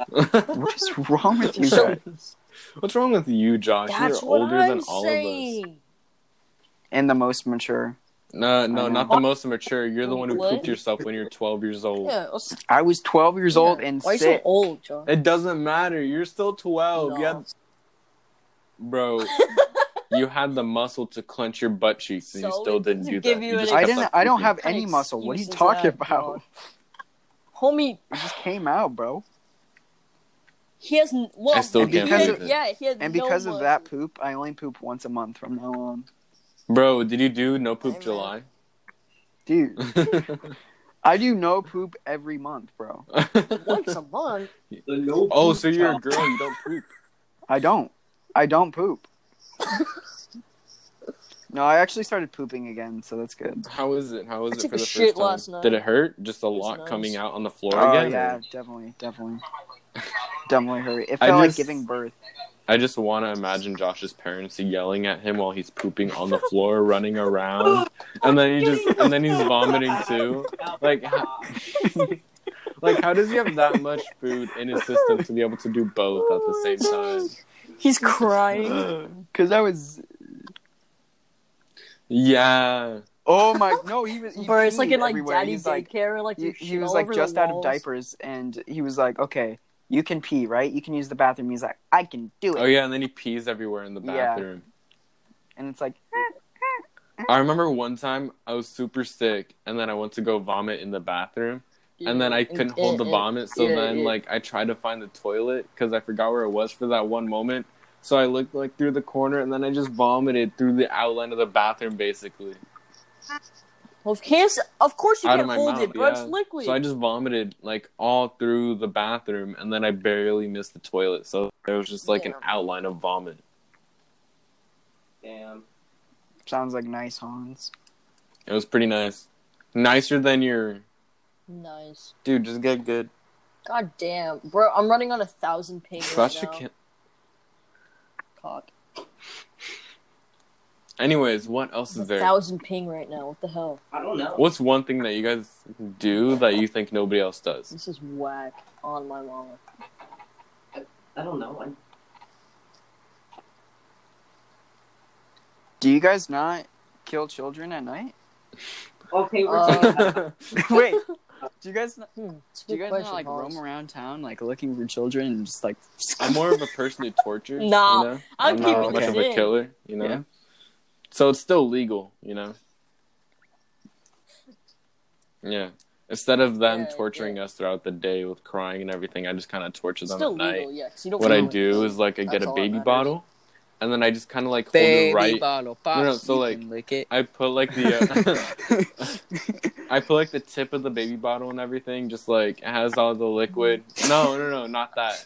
Speaker 2: What is wrong with you?
Speaker 3: So-
Speaker 2: guys?
Speaker 4: What's wrong with you, Josh?
Speaker 3: That's
Speaker 4: You're
Speaker 3: what
Speaker 4: older
Speaker 3: I'm
Speaker 4: than all of us.
Speaker 3: saying.
Speaker 2: and the most mature.
Speaker 4: No,
Speaker 2: I
Speaker 4: no, not
Speaker 2: know.
Speaker 4: the most mature. You're the one who
Speaker 3: What?
Speaker 4: pooped yourself when you're 12 years old.
Speaker 3: Yeah, let's-
Speaker 2: I was 12 years old
Speaker 3: yeah.
Speaker 2: and
Speaker 3: why you so
Speaker 2: sick.
Speaker 3: old, John?
Speaker 4: It doesn't matter. You're still 12.
Speaker 2: Oh,
Speaker 3: No.
Speaker 4: You had, bro, you had the muscle to clench your butt cheeks, and you
Speaker 3: So
Speaker 4: still
Speaker 3: it
Speaker 4: didn't do
Speaker 3: doesn't
Speaker 4: that.
Speaker 3: give you
Speaker 4: You just
Speaker 3: any-
Speaker 2: I
Speaker 4: kept
Speaker 2: didn't.
Speaker 4: on
Speaker 2: I don't
Speaker 4: pooping.
Speaker 2: have any muscle. What are you
Speaker 3: Excuses
Speaker 2: talking
Speaker 3: that,
Speaker 2: about?
Speaker 3: homie?
Speaker 2: It just came out, bro.
Speaker 3: He has n- well.
Speaker 4: I still
Speaker 3: he
Speaker 2: can't
Speaker 3: had-
Speaker 2: believe
Speaker 4: it.
Speaker 3: Yeah, he had
Speaker 2: And
Speaker 3: no
Speaker 2: because of
Speaker 3: muscle.
Speaker 2: that poop, I only poop once a month from now on.
Speaker 4: Bro, did you do no
Speaker 3: Amen.
Speaker 4: poop July?
Speaker 2: Dude, I do no poop every month, bro.
Speaker 3: once a month.
Speaker 1: The no
Speaker 4: oh,
Speaker 1: poop
Speaker 4: so you're a
Speaker 1: child.
Speaker 4: girl. You don't poop.
Speaker 2: I don't. I don't poop. no, I actually started pooping again, so that's good.
Speaker 4: How was it? How was
Speaker 3: I
Speaker 4: it
Speaker 3: took
Speaker 4: for
Speaker 3: a
Speaker 4: the
Speaker 3: shit
Speaker 4: first time?
Speaker 3: last night.
Speaker 4: Did it hurt? Just a
Speaker 3: was
Speaker 4: lot
Speaker 3: nice.
Speaker 4: coming out on the floor
Speaker 2: Oh
Speaker 4: again?
Speaker 2: yeah, definitely, definitely, definitely hurt. It
Speaker 4: I
Speaker 2: felt like
Speaker 4: just-
Speaker 2: giving birth.
Speaker 4: I just want to imagine Josh's parents yelling at him while he's pooping on the floor, running around, and then he just and then he's vomiting too. Like, how- like how does he have that much food in his system to be able to do both at the same time?
Speaker 3: He's crying.
Speaker 2: Because I was.
Speaker 4: Yeah,
Speaker 2: Oh my! No, he was. He
Speaker 3: Bro, it's like
Speaker 2: peed
Speaker 3: in like
Speaker 2: everywhere.
Speaker 3: daddy
Speaker 2: He's like
Speaker 3: daycare, like
Speaker 2: he,
Speaker 3: you
Speaker 2: he
Speaker 3: shit
Speaker 2: was
Speaker 3: all
Speaker 2: like
Speaker 3: over the
Speaker 2: just out of
Speaker 3: walls.
Speaker 2: diapers, and he was like, "Okay, you can pee, right? You can use the bathroom." He's like, "I can do it,"
Speaker 4: Oh yeah, and then he pees everywhere in the
Speaker 2: Yeah.
Speaker 4: bathroom.
Speaker 2: and it's like,
Speaker 4: I remember one time I was super sick, and then I went to go vomit in the bathroom, and then I couldn't hold the
Speaker 3: eh, eh.
Speaker 4: vomit. So
Speaker 3: Yeah,
Speaker 4: then,
Speaker 3: yeah.
Speaker 4: like, I tried to find the toilet because I forgot where it was for that one moment. So I looked like through the corner, and then I just vomited through the outline of the bathroom, basically.
Speaker 3: Well, of course, of course you
Speaker 4: Out of
Speaker 3: can't
Speaker 4: my
Speaker 3: hold
Speaker 4: mouth,
Speaker 3: it, bro.
Speaker 4: yeah.
Speaker 3: It's liquid.
Speaker 4: So I just vomited like all through the bathroom, and then I barely missed the toilet. So there was just like an
Speaker 3: Damn.
Speaker 4: outline of vomit.
Speaker 1: Damn.
Speaker 2: "Sounds like nice, Hans."
Speaker 4: It was pretty nice, nicer than your
Speaker 3: Nice.
Speaker 4: dude. Just get good.
Speaker 3: God damn, bro. I'm running on a thousand ping right now.
Speaker 4: Trust your kid.
Speaker 3: Cock.
Speaker 4: Anyways, what else
Speaker 3: A
Speaker 4: is there?
Speaker 3: thousand ping right now. What the hell?
Speaker 1: I don't know.
Speaker 4: What's one thing that you guys do that you think nobody else does?
Speaker 3: This is whack on my mama.
Speaker 1: I don't know. I'm-
Speaker 2: Do you guys not kill children at night?
Speaker 5: Okay, we're
Speaker 3: Uh,
Speaker 2: Wait, do you guys not,
Speaker 3: Hmm, it's a
Speaker 2: do you
Speaker 3: good
Speaker 2: guys
Speaker 3: question,
Speaker 2: not like
Speaker 3: Hans.
Speaker 2: roam around town like looking for children and just like?
Speaker 4: I'm more of a person who tortures.
Speaker 3: Nah,
Speaker 4: you know?
Speaker 3: I'm
Speaker 4: not
Speaker 2: keeping
Speaker 4: much
Speaker 2: this
Speaker 4: of a
Speaker 3: in.
Speaker 4: killer, you know.
Speaker 2: Yeah.
Speaker 4: So it's still legal, you know. Yeah. Instead of them
Speaker 3: Yeah,
Speaker 4: torturing us throughout the day with crying and everything, I just kind of torture them
Speaker 3: Still
Speaker 4: at night.
Speaker 3: legal, yeah. 'cause you don't
Speaker 4: What I
Speaker 3: know it.
Speaker 4: do is like I get
Speaker 3: That's
Speaker 4: a
Speaker 3: all that
Speaker 4: baby
Speaker 3: matters.
Speaker 4: bottle, and then I just kind of like hold it right.
Speaker 2: bottle
Speaker 4: pop, No, no, so, you like- can
Speaker 2: lick it.
Speaker 4: I put like the. Uh, I put like the tip of the baby bottle and everything, just like it has all the liquid. No, no, no, not that.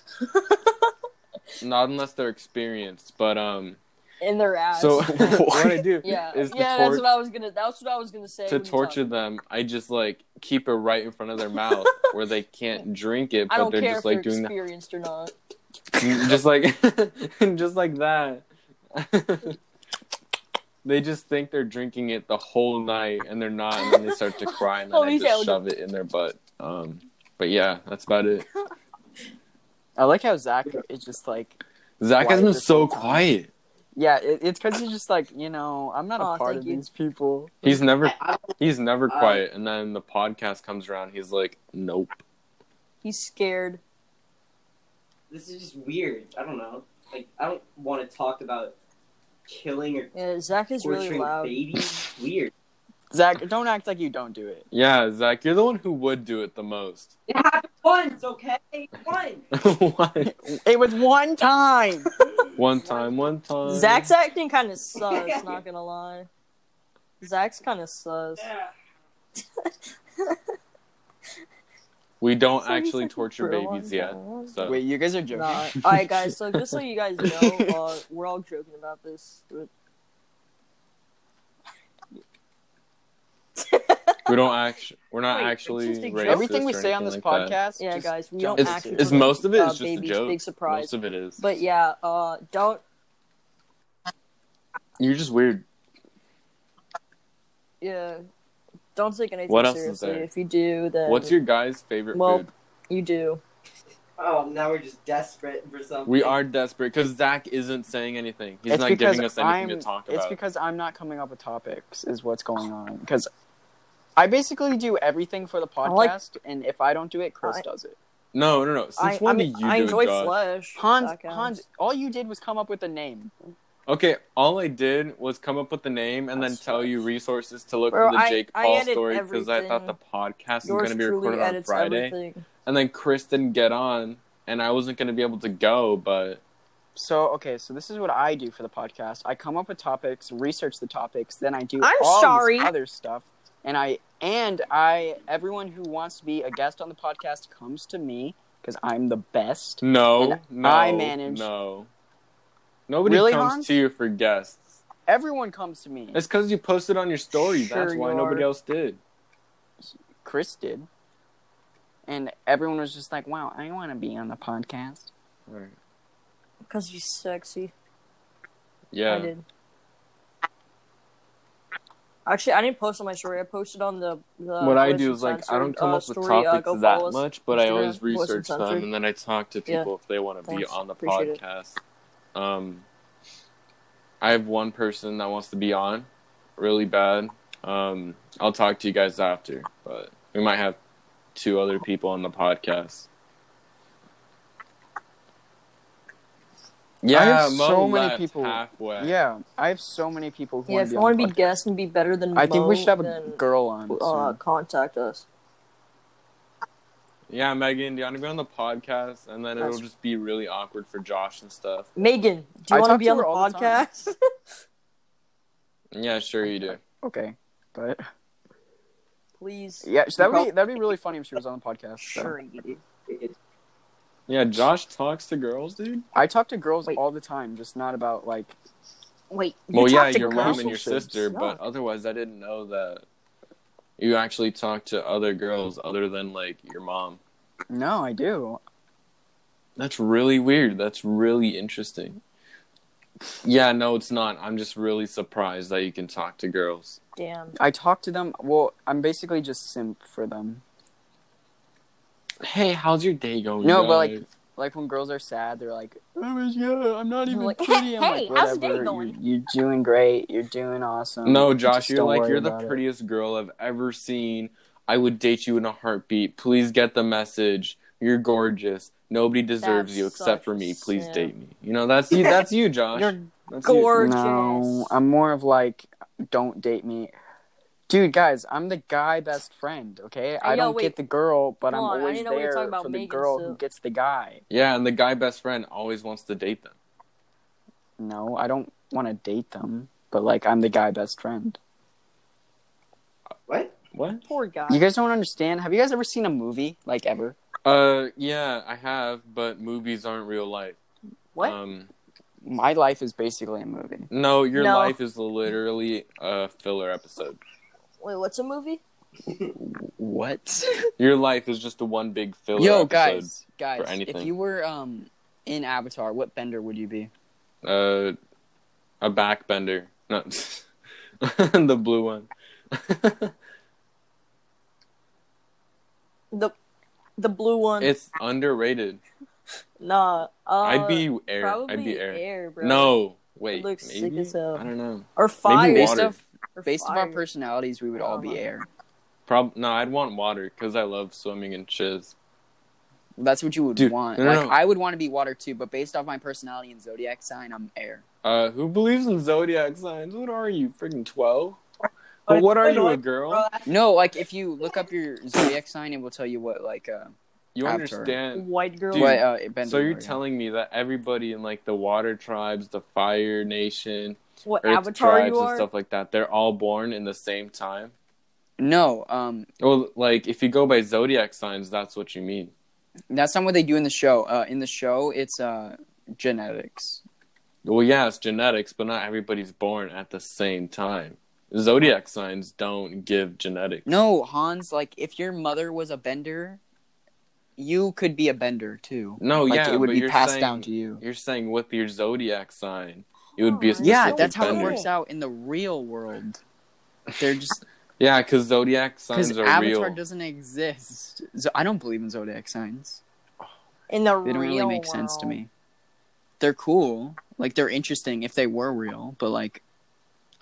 Speaker 4: not unless they're experienced, but um.
Speaker 3: in their ass.
Speaker 4: So what I do
Speaker 3: yeah,
Speaker 4: is the
Speaker 3: yeah.
Speaker 4: tor-
Speaker 3: That's what I was gonna. That's what I was gonna say.
Speaker 4: to
Speaker 3: when you
Speaker 4: torture
Speaker 3: talked.
Speaker 4: them, I just like keep it right in front of their mouth where they can't drink it,
Speaker 3: I
Speaker 4: but
Speaker 3: don't
Speaker 4: they're
Speaker 3: care
Speaker 4: just
Speaker 3: if
Speaker 4: like
Speaker 3: you're
Speaker 4: doing that,
Speaker 3: experienced or not.
Speaker 4: just like, just like that. they just think they're drinking it the whole night, and they're not, and then they start to cry, and then
Speaker 3: Oh,
Speaker 4: I
Speaker 3: he's
Speaker 4: just
Speaker 3: out.
Speaker 4: shove it in their butt. Um, but yeah, that's about it.
Speaker 2: I like how Zach is just like,
Speaker 4: Zach
Speaker 2: Why
Speaker 4: has been
Speaker 2: this
Speaker 4: so
Speaker 2: whole time?
Speaker 4: quiet.
Speaker 2: yeah, it, it's because he's just like, you know, I'm not a
Speaker 3: Aw,
Speaker 2: part
Speaker 3: thank
Speaker 2: of
Speaker 3: you.
Speaker 2: these people.
Speaker 4: He's never
Speaker 5: I, I,
Speaker 4: he's never
Speaker 5: Uh,
Speaker 4: quiet, and then the podcast comes around. He's like, "Nope."
Speaker 3: He's scared.
Speaker 1: This is just weird. I don't know. Like I don't want to talk about killing or
Speaker 3: Yeah, Zach is
Speaker 1: torturing
Speaker 3: really loud.
Speaker 1: babies. Weird.
Speaker 2: Zach, don't act like you don't do it.
Speaker 4: Yeah, Zach, you're the one who would do it the most.
Speaker 5: it happened once, okay? Once.
Speaker 4: Why?
Speaker 2: It was one time.
Speaker 4: One time, one time.
Speaker 3: Zach's acting kind of sus. not gonna lie. Zach's kind of sus.
Speaker 5: Yeah.
Speaker 4: We don't
Speaker 3: So he's
Speaker 4: actually
Speaker 3: like a
Speaker 4: torture
Speaker 3: girl
Speaker 4: babies
Speaker 3: on
Speaker 4: yet.
Speaker 3: Bumble.
Speaker 4: So
Speaker 2: Wait, you guys are joking.
Speaker 3: Nah. All right, guys. So just so you guys know, uh, we're all joking about this. but-
Speaker 4: we don't act. We're not
Speaker 3: Wait, it's
Speaker 4: actually
Speaker 3: just a joke.
Speaker 4: racist
Speaker 2: Everything we
Speaker 4: or
Speaker 2: say on this
Speaker 4: anything like that.
Speaker 2: podcast,
Speaker 3: Yeah,
Speaker 2: just
Speaker 3: guys, we
Speaker 2: jump
Speaker 3: don't
Speaker 4: It's,
Speaker 2: to
Speaker 3: actually-
Speaker 4: it's most of it
Speaker 3: Uh,
Speaker 4: is just a
Speaker 3: baby's
Speaker 4: joke.
Speaker 3: big surprise.
Speaker 4: Most of it is.
Speaker 3: But yeah, uh, don't.
Speaker 4: you're just weird.
Speaker 3: Yeah, don't take anything
Speaker 4: What else is
Speaker 3: seriously.
Speaker 4: there?
Speaker 3: If you do, then
Speaker 4: What's your guys' favorite
Speaker 3: Well-
Speaker 4: food?
Speaker 3: you do.
Speaker 1: Oh, now we're just desperate for something.
Speaker 4: We are desperate because Zach isn't saying anything. He's
Speaker 2: It's
Speaker 4: not
Speaker 2: because
Speaker 4: giving us anything
Speaker 2: I'm-
Speaker 4: to talk
Speaker 2: It's
Speaker 4: about.
Speaker 2: because I'm not coming up with topics, is what's going on. Because I basically do everything for the podcast,
Speaker 3: like-
Speaker 2: and if I don't do it, Chris
Speaker 3: I-
Speaker 2: does it.
Speaker 4: No, no, no. Since
Speaker 3: I, I,
Speaker 4: when
Speaker 3: mean,
Speaker 4: do you
Speaker 3: I
Speaker 4: do
Speaker 3: enjoy
Speaker 4: it, Josh?
Speaker 3: flesh.
Speaker 2: Hans,
Speaker 3: That counts.
Speaker 2: Hans, all you did was come up with a name.
Speaker 4: Okay, all I did was come up with the name and then
Speaker 3: That's
Speaker 4: tell you resources to look
Speaker 3: Bro,
Speaker 4: for the
Speaker 3: I-
Speaker 4: Jake
Speaker 3: I
Speaker 4: Paul
Speaker 3: edit
Speaker 4: story because I thought the
Speaker 3: everything.
Speaker 4: podcast was
Speaker 3: Yours
Speaker 4: going to be
Speaker 3: truly
Speaker 4: recorded on
Speaker 3: edits
Speaker 4: Friday.
Speaker 3: everything.
Speaker 4: And then Chris didn't get on, and I wasn't going to be able to go, but
Speaker 2: So okay, so this is what I do for the podcast. I come up with topics, research the topics, then I do
Speaker 3: I'm
Speaker 2: all
Speaker 3: sorry.
Speaker 2: this other stuff, and I and I everyone who wants to be a guest on the podcast comes to me because I'm the best.
Speaker 4: no,
Speaker 2: And
Speaker 4: no,
Speaker 2: I manage.
Speaker 4: No, nobody
Speaker 2: Really,
Speaker 4: comes
Speaker 2: Hans?
Speaker 4: to you for guests.
Speaker 2: Everyone comes to me.
Speaker 4: It's because you posted on your story. That's
Speaker 3: Sure
Speaker 4: why
Speaker 3: you
Speaker 4: nobody
Speaker 3: are.
Speaker 4: else did.
Speaker 2: Chris did, and everyone was just like, "Wow, I want to be on the podcast."
Speaker 4: All right.
Speaker 3: Because you're sexy. I
Speaker 4: Yeah.
Speaker 3: did. Actually, I didn't post on my story. I posted on the. the
Speaker 4: what I
Speaker 3: Voice
Speaker 4: do is like I don't
Speaker 3: Uncensored,
Speaker 4: come
Speaker 3: uh,
Speaker 4: up with
Speaker 3: story, uh,
Speaker 4: topics
Speaker 3: go
Speaker 4: that
Speaker 3: follow us.
Speaker 4: much, but I always
Speaker 3: Instagram, Voice
Speaker 4: research them
Speaker 3: Uncensored.
Speaker 4: and then I talk to
Speaker 3: Yeah.
Speaker 4: people if they want to be
Speaker 3: Thanks.
Speaker 4: on the
Speaker 3: Appreciate it.
Speaker 4: podcast. Um, I have one person that wants to be on, really bad. Um, I'll talk to you guys after, but we might have two other people on the podcast. Yeah,
Speaker 2: have
Speaker 4: Mo
Speaker 2: so many
Speaker 4: left
Speaker 2: people-
Speaker 4: Halfway.
Speaker 2: Yeah, I have so many people who
Speaker 3: Yeah, if you
Speaker 2: want to
Speaker 3: be guests and be better than
Speaker 2: I think
Speaker 3: Mo,
Speaker 2: we should have a
Speaker 3: then,
Speaker 2: girl on.
Speaker 3: uh,
Speaker 2: soon.
Speaker 3: contact us.
Speaker 4: Yeah, Megan, do you want to be on the podcast? And then it'll
Speaker 3: That's-
Speaker 4: just be really awkward for Josh and stuff.
Speaker 3: Megan, do
Speaker 2: I
Speaker 3: you want
Speaker 2: talk
Speaker 3: to be
Speaker 2: to
Speaker 3: on the
Speaker 2: her all the time.
Speaker 3: podcast?
Speaker 4: Yeah, sure you do.
Speaker 2: Okay, but
Speaker 3: Please.
Speaker 2: yeah, so that would be
Speaker 1: Probably-
Speaker 2: that'd be really funny if she was on the podcast. so.
Speaker 3: Sure, you do.
Speaker 4: Yeah, Josh talks to girls, dude.
Speaker 2: I talk to girls
Speaker 3: Wait.
Speaker 2: all the time, just not about like
Speaker 3: Wait. You
Speaker 4: well, yeah,
Speaker 3: talk to
Speaker 4: your
Speaker 3: girls?
Speaker 4: mom and your
Speaker 2: Relationships.
Speaker 4: sister, but otherwise, I didn't know that you actually talk to other girls other than like your mom.
Speaker 2: no, I do.
Speaker 4: That's really weird. That's really interesting. Yeah, no, it's not. I'm just really surprised that you can talk to girls.
Speaker 3: Damn.
Speaker 2: I talk to them. Well, I'm basically just simp for them.
Speaker 4: Hey, how's your day going?
Speaker 2: No, but, like,
Speaker 4: guys?
Speaker 2: Like when girls are sad, they're like, "Oh my god, I'm not even
Speaker 3: Like,
Speaker 2: pretty." I'm
Speaker 3: "Hey,
Speaker 2: like,
Speaker 3: how's your day
Speaker 2: "Whatever,
Speaker 3: going?"
Speaker 2: You're, you're doing great. You're doing awesome.
Speaker 4: No, Josh,
Speaker 2: Um, Just
Speaker 4: you're
Speaker 2: don't
Speaker 4: like
Speaker 2: worry
Speaker 4: you're the
Speaker 2: about it."
Speaker 4: prettiest girl I've ever seen. I would date you in a heartbeat. Please get the message. You're gorgeous. Nobody deserves
Speaker 3: That's
Speaker 4: you except
Speaker 3: such
Speaker 4: for
Speaker 3: a
Speaker 4: me. Please
Speaker 3: simp.
Speaker 4: date me. You know that's you. That's you, Josh.
Speaker 3: You're
Speaker 4: That's you.
Speaker 3: gorgeous.
Speaker 2: No, I'm more of like, "Don't date me." Dude, guys, I'm the guy best friend, okay? I
Speaker 3: yo,
Speaker 2: don't
Speaker 3: wait.
Speaker 2: get the girl, but
Speaker 3: Hold
Speaker 2: I'm
Speaker 3: on, I
Speaker 2: always
Speaker 3: didn't know we were
Speaker 2: there
Speaker 3: talking about
Speaker 2: for the
Speaker 3: Megan,
Speaker 2: girl
Speaker 3: so-
Speaker 2: who gets the guy.
Speaker 4: Yeah, and the guy best friend always wants to date them.
Speaker 2: No, I don't want to date them, but like I'm the guy best friend.
Speaker 5: What?
Speaker 4: What?
Speaker 3: Poor guy.
Speaker 2: You guys don't understand. Have you guys ever seen a movie like ever?
Speaker 4: Uh, yeah, I have, but movies aren't real life.
Speaker 3: what?
Speaker 4: Um,
Speaker 2: My life is basically a movie.
Speaker 4: no, your
Speaker 3: No.
Speaker 4: life is literally a filler episode.
Speaker 3: Wait, what's a movie?
Speaker 2: What?
Speaker 4: Your life is just a one big filler.
Speaker 2: Yo,
Speaker 4: episode.
Speaker 2: guys, guys,
Speaker 4: anything.
Speaker 2: if you were um in Avatar, what bender would you be?
Speaker 4: Uh, a backbender. No, the blue one.
Speaker 3: The the blue one.
Speaker 4: it's underrated.
Speaker 3: nah. Uh,
Speaker 4: I'd be air.
Speaker 3: Probably
Speaker 4: I'd be air.
Speaker 3: bro.
Speaker 4: No, wait.
Speaker 3: It looks sick
Speaker 4: maybe?
Speaker 3: as hell.
Speaker 4: I don't know.
Speaker 3: Or fire.
Speaker 4: Maybe
Speaker 2: Based
Speaker 4: water.
Speaker 2: off
Speaker 3: Or
Speaker 2: based off our
Speaker 3: fire.
Speaker 2: personalities, we would all
Speaker 3: Uh-huh.
Speaker 2: be air.
Speaker 4: Prob- no, I'd want water because I love swimming and shiz.
Speaker 2: That's what you would
Speaker 4: Dude,
Speaker 2: want.
Speaker 4: no, no,
Speaker 2: like
Speaker 4: no.
Speaker 2: I would want to be water too, but based off my personality and zodiac sign, I'm air.
Speaker 4: Uh, who believes in zodiac signs? What are you, freaking twelve? But what are you, a girl?
Speaker 2: No, like if you look up your zodiac sign, it will tell you what like uh
Speaker 4: You
Speaker 2: Avatar.
Speaker 4: understand?
Speaker 3: White girl.
Speaker 4: Dude,
Speaker 2: what uh bender.
Speaker 4: So
Speaker 2: are,
Speaker 4: you're
Speaker 2: yeah.
Speaker 4: telling me that everybody in like the water tribes, the fire nation,
Speaker 3: what
Speaker 4: earth
Speaker 3: avatar
Speaker 4: tribes,
Speaker 3: you
Speaker 4: and
Speaker 3: are?
Speaker 4: stuff like that, they're all born in the same time.
Speaker 2: No, um,
Speaker 4: Well, like if you go by zodiac signs, that's what you mean.
Speaker 2: that's not what they do in the show. Uh, in the show, it's uh genetics.
Speaker 4: Well, yeah, it's genetics, but not everybody's born at the same time. Zodiac signs don't give genetics.
Speaker 2: No, Hans, like if your mother was a bender, you could be a bender too.
Speaker 4: no,
Speaker 2: like
Speaker 4: yeah,
Speaker 2: it would
Speaker 4: but
Speaker 2: be
Speaker 4: you're
Speaker 2: passed
Speaker 4: saying-
Speaker 2: down to you.
Speaker 4: You're saying with your zodiac sign, it would be a
Speaker 3: Huh.
Speaker 4: specific
Speaker 2: Oh, Yeah, that's how
Speaker 4: bender.
Speaker 2: it works out in the real world. They're just
Speaker 4: Yeah, because zodiac signs
Speaker 2: because
Speaker 4: are
Speaker 2: Avatar
Speaker 4: real.
Speaker 2: doesn't exist. So I don't believe in zodiac signs.
Speaker 3: In the
Speaker 2: They don't really
Speaker 3: real
Speaker 2: make sense to
Speaker 3: world.
Speaker 2: me. They're cool, like they're interesting if they were real, but like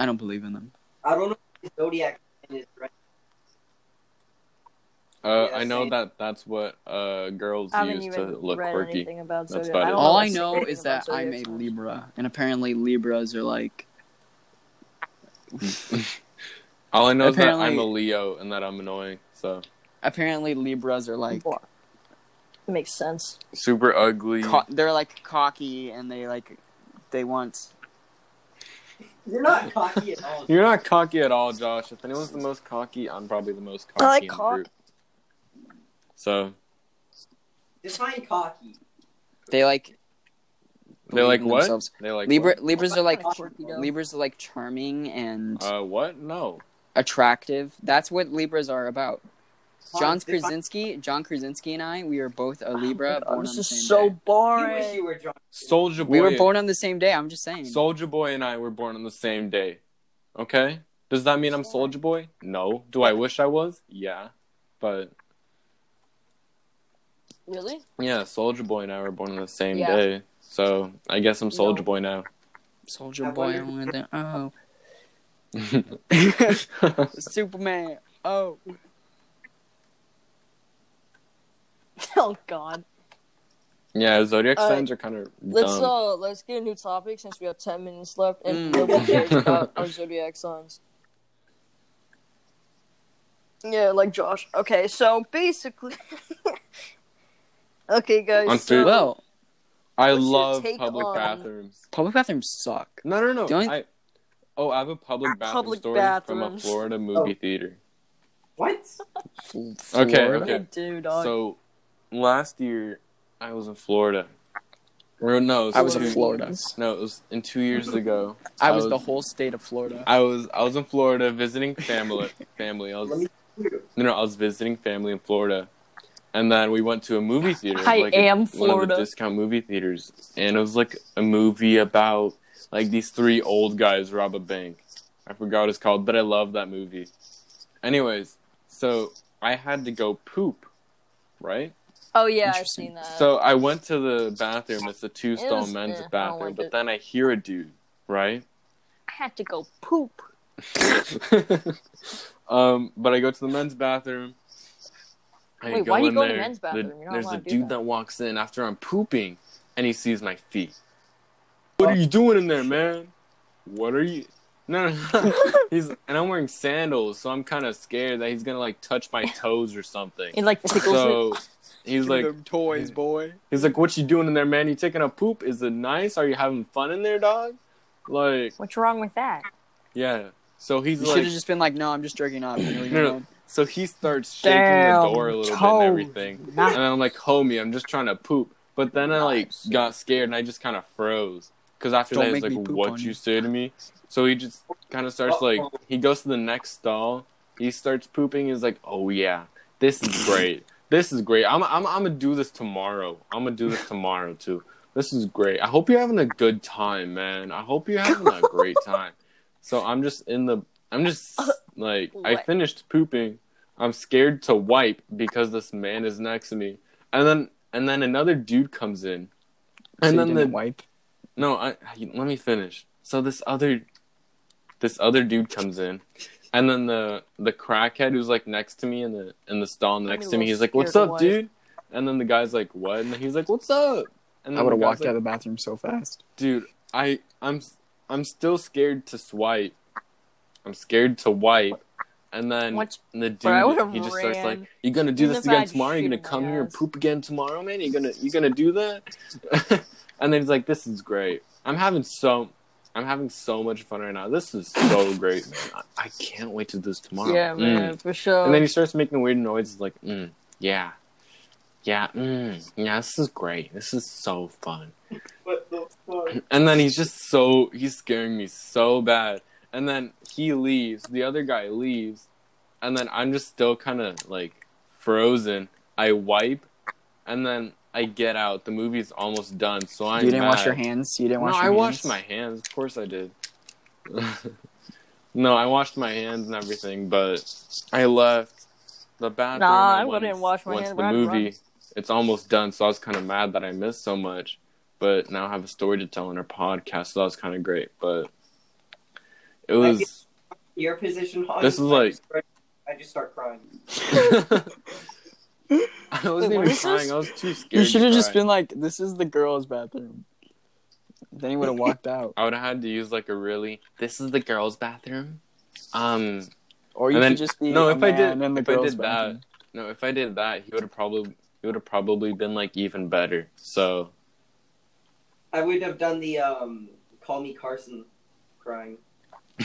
Speaker 2: I don't believe in them.
Speaker 1: I don't know if the Zodiac sign is right.
Speaker 4: Uh,
Speaker 1: Yeah,
Speaker 4: I know
Speaker 1: same.
Speaker 4: that that's what uh, girls
Speaker 3: I haven't
Speaker 4: use to
Speaker 3: even
Speaker 4: look
Speaker 3: read
Speaker 4: quirky.
Speaker 3: anything about
Speaker 4: That's
Speaker 3: zodiac.
Speaker 4: about it.
Speaker 3: don't
Speaker 2: All I
Speaker 3: a
Speaker 2: know
Speaker 3: single
Speaker 2: is
Speaker 3: thing about
Speaker 2: that I'm a
Speaker 3: zodiac signs.
Speaker 2: Libra, and apparently Libras are like
Speaker 4: All I know is that I'm
Speaker 2: Apparently-
Speaker 4: a Leo and that I'm annoying. So
Speaker 2: apparently Libras are like
Speaker 3: Blah. Makes sense.
Speaker 4: super ugly.
Speaker 2: ca- they're like cocky and they like they want
Speaker 1: You're not cocky at all.
Speaker 4: You're not cocky at all, Josh. If anyone's the most cocky, I'm probably the most cocky.
Speaker 3: I like
Speaker 4: in
Speaker 3: cock.
Speaker 4: The group. So
Speaker 1: Define cocky.
Speaker 2: they like
Speaker 4: they like
Speaker 2: believe in
Speaker 4: what?
Speaker 2: themselves.
Speaker 4: They like
Speaker 2: Libra Libras are like
Speaker 3: Kinda quirky, though.
Speaker 2: Libras are like charming and
Speaker 4: What? Uh, what? No.
Speaker 2: attractive. That's what Libras are about. John
Speaker 1: This-
Speaker 2: Krasinski, John Krasinski and I, we were both a Libra. born on
Speaker 3: Oh, this
Speaker 2: the
Speaker 3: is
Speaker 2: same day.
Speaker 3: so
Speaker 5: You wish
Speaker 3: boring.
Speaker 5: you were John.
Speaker 4: Soldier Boy.
Speaker 2: We were born on the same day. I'm just saying.
Speaker 4: Soldier Boy and I were born on the same day. Okay? Does that mean I'm Soldier Boy? No. Do I wish I was? Yeah. But
Speaker 3: Really?
Speaker 4: yeah, Soldier Boy and I were born on the same
Speaker 3: Yeah.
Speaker 4: day. So I guess I'm Soldier
Speaker 3: No.
Speaker 4: Boy now.
Speaker 2: Soldier
Speaker 5: I
Speaker 2: Boy, I wanted to-
Speaker 5: wonder-
Speaker 2: oh,
Speaker 4: Wait,
Speaker 2: Superman. Oh,
Speaker 3: Oh God.
Speaker 4: Yeah, zodiac
Speaker 3: Uh,
Speaker 4: signs are kind of
Speaker 3: Let's
Speaker 4: dumb.
Speaker 3: uh let's get a new topic since we have ten minutes left and
Speaker 2: Mm.
Speaker 3: nobody cares about our zodiac signs. Yeah, like Josh. Okay, so basically, okay, guys.
Speaker 4: On
Speaker 3: so-
Speaker 4: food-
Speaker 2: well,
Speaker 4: I
Speaker 3: what's your
Speaker 4: love
Speaker 3: take
Speaker 4: public
Speaker 3: on-
Speaker 4: bathrooms.
Speaker 2: public bathrooms suck.
Speaker 4: No, no, no.
Speaker 2: The only-
Speaker 4: I, oh, I have a public bathroom
Speaker 3: Public
Speaker 4: story from a
Speaker 3: bathrooms. Oh.
Speaker 4: Florida movie theater.
Speaker 5: What?
Speaker 4: Okay,
Speaker 2: Florida?
Speaker 4: okay.
Speaker 3: Dude, dog.
Speaker 4: So last year I was in Florida. Or no, it
Speaker 2: I was
Speaker 4: two-
Speaker 2: in Florida.
Speaker 4: No, it was in two years ago.
Speaker 2: I was
Speaker 4: I
Speaker 2: the
Speaker 4: was-
Speaker 2: whole state of Florida.
Speaker 4: I was I was in Florida visiting family. Family. I was
Speaker 5: Let me-
Speaker 4: no, no, I was visiting family in Florida, and then we went to a movie theater.
Speaker 3: I
Speaker 4: a-
Speaker 3: am
Speaker 4: One of
Speaker 3: Florida.
Speaker 4: the discount movie theaters, and it was like a movie about like these three old guys rob a bank. I forgot what it's called, but I love that movie. Anyways, so I had to go poop, right?
Speaker 3: oh yeah, I've
Speaker 2: Interesting.
Speaker 3: seen that.
Speaker 4: So I went to the bathroom. It's a two
Speaker 3: It was-
Speaker 4: stall men's
Speaker 3: eh, I don't
Speaker 4: bathroom,
Speaker 3: like
Speaker 4: but
Speaker 3: it.
Speaker 4: then I hear a dude, right?
Speaker 3: I had to go poop.
Speaker 4: um, but I go to the men's bathroom. I
Speaker 3: Wait, why do you
Speaker 4: in
Speaker 3: go to
Speaker 4: there.
Speaker 3: men's
Speaker 4: The-
Speaker 3: bathroom? You're not
Speaker 4: there's
Speaker 3: allowed
Speaker 4: a
Speaker 3: to do
Speaker 4: dude that.
Speaker 3: that.
Speaker 4: walks in after I'm pooping, and he sees my feet. What are you doing in there, man? What are you? No, no, no. he's and I'm wearing sandals, so I'm kind of scared that he's gonna like touch my toes or something.
Speaker 3: It like tickles
Speaker 4: So he's like,
Speaker 2: toys, boy.
Speaker 4: he's like, what you doing in there, man? You taking a poop? Is it nice? Are you having fun in there, dog? Like,
Speaker 3: What's wrong with that?
Speaker 4: yeah. So he's
Speaker 2: You
Speaker 4: like,
Speaker 2: should have just been like, no, I'm just jerking off. You know, you
Speaker 4: No, no.
Speaker 2: know.
Speaker 4: So he starts shaking
Speaker 3: Damn,
Speaker 4: the door a little
Speaker 3: toes.
Speaker 4: bit and everything. And I'm like, homie, I'm just trying to poop. But then I like
Speaker 3: Nice.
Speaker 4: got scared and I just kind of froze. Because after
Speaker 2: Don't
Speaker 4: that,
Speaker 2: make
Speaker 4: he's
Speaker 2: me
Speaker 4: like,
Speaker 2: poop
Speaker 4: what
Speaker 2: on
Speaker 4: you
Speaker 2: you."
Speaker 4: say to me? So he just kind of starts like, he goes to the next stall. He starts pooping. He's like, oh yeah, this is great. This is great. I'm, I'm, I'm going to do this tomorrow. I'm going to do this tomorrow too. This is great. I hope you're having a good time, man. I hope you're having a great time. So I'm just in the, I'm just like, I
Speaker 3: What?
Speaker 4: finished pooping. I'm scared to wipe because this man is next to me. And then, and then another dude comes in.
Speaker 2: So
Speaker 4: And
Speaker 2: you
Speaker 4: then the
Speaker 2: didn't wipe.
Speaker 4: no, I, I- let me finish. So this other, this other dude comes in, and then the the crackhead who's like next to me in the in the stall
Speaker 3: I'm
Speaker 4: next
Speaker 3: a
Speaker 4: to me,
Speaker 3: little
Speaker 4: he's like, "What's
Speaker 3: scared
Speaker 4: up,
Speaker 3: of life."
Speaker 4: dude?" And then the guy's like, "What?" And then he's like, "What's up?" And then
Speaker 2: I would
Speaker 4: the
Speaker 2: have
Speaker 4: guy's
Speaker 2: walked
Speaker 4: like,
Speaker 2: out of the bathroom so fast.
Speaker 4: dude i i'm i'm still scared to swipe i'm scared to wipe and then
Speaker 3: What's-
Speaker 4: the
Speaker 3: Bro, I
Speaker 4: dude
Speaker 3: would've
Speaker 4: he just starts like
Speaker 3: ran.
Speaker 4: you gonna do
Speaker 3: Even
Speaker 4: this
Speaker 3: if I
Speaker 4: again
Speaker 3: had
Speaker 4: tomorrow you
Speaker 3: shit
Speaker 4: gonna
Speaker 3: in my
Speaker 4: come here and
Speaker 3: ass."
Speaker 4: poop again tomorrow man you gonna you gonna do that and then he's like this is great i'm having so i'm having so much fun right now this is so great man i, I can't wait to do this tomorrow
Speaker 3: Yeah,
Speaker 4: Mm.
Speaker 3: man, for sure.
Speaker 4: and then he starts making weird noises like mm, yeah yeah mm, yeah this is great this is so fun
Speaker 5: What the fuck?
Speaker 4: and then he's just so he's scaring me so bad. And then he leaves. The other guy leaves. And then I'm just still kind of like frozen. I wipe, and then I get out. The movie's almost done, so I'm.
Speaker 2: you didn't wash
Speaker 4: mad.
Speaker 2: your hands. You didn't
Speaker 4: No,
Speaker 2: wash.
Speaker 4: I
Speaker 2: your
Speaker 4: washed
Speaker 2: hands?
Speaker 4: my hands. Of course, I did. no, I washed my hands and everything, but I left the bathroom.
Speaker 3: Nah, I
Speaker 4: once-
Speaker 3: wouldn't wash my
Speaker 4: once
Speaker 3: hands.
Speaker 4: the
Speaker 3: Run,
Speaker 4: movie,
Speaker 3: run.
Speaker 4: it's almost done, so I was kind of mad that I missed so much. But now I have a story to tell in our podcast, so that was kind of great. But it was.
Speaker 5: Your position, Hodge.
Speaker 4: This is
Speaker 5: I
Speaker 4: like-
Speaker 5: just start- I just start crying.
Speaker 4: I
Speaker 2: Wait,
Speaker 4: wasn't
Speaker 2: what
Speaker 4: even
Speaker 2: is
Speaker 4: crying.
Speaker 2: this?
Speaker 4: I was too scared.
Speaker 2: You
Speaker 4: to
Speaker 2: should have just
Speaker 4: cry.
Speaker 2: been like, "This is the girls' bathroom." Then you would have walked out,
Speaker 4: I would have had to use like a really. This is the girls' bathroom. Um,
Speaker 2: or you
Speaker 4: And then-
Speaker 2: could just be
Speaker 4: no,
Speaker 2: a
Speaker 4: if I
Speaker 2: man
Speaker 4: did-
Speaker 2: in the
Speaker 4: if I
Speaker 2: girls'
Speaker 4: did that-
Speaker 2: bathroom.
Speaker 4: No, if I did that, he would have probably he would have probably been like even better. So
Speaker 5: I would have done the um, call me Carson crying.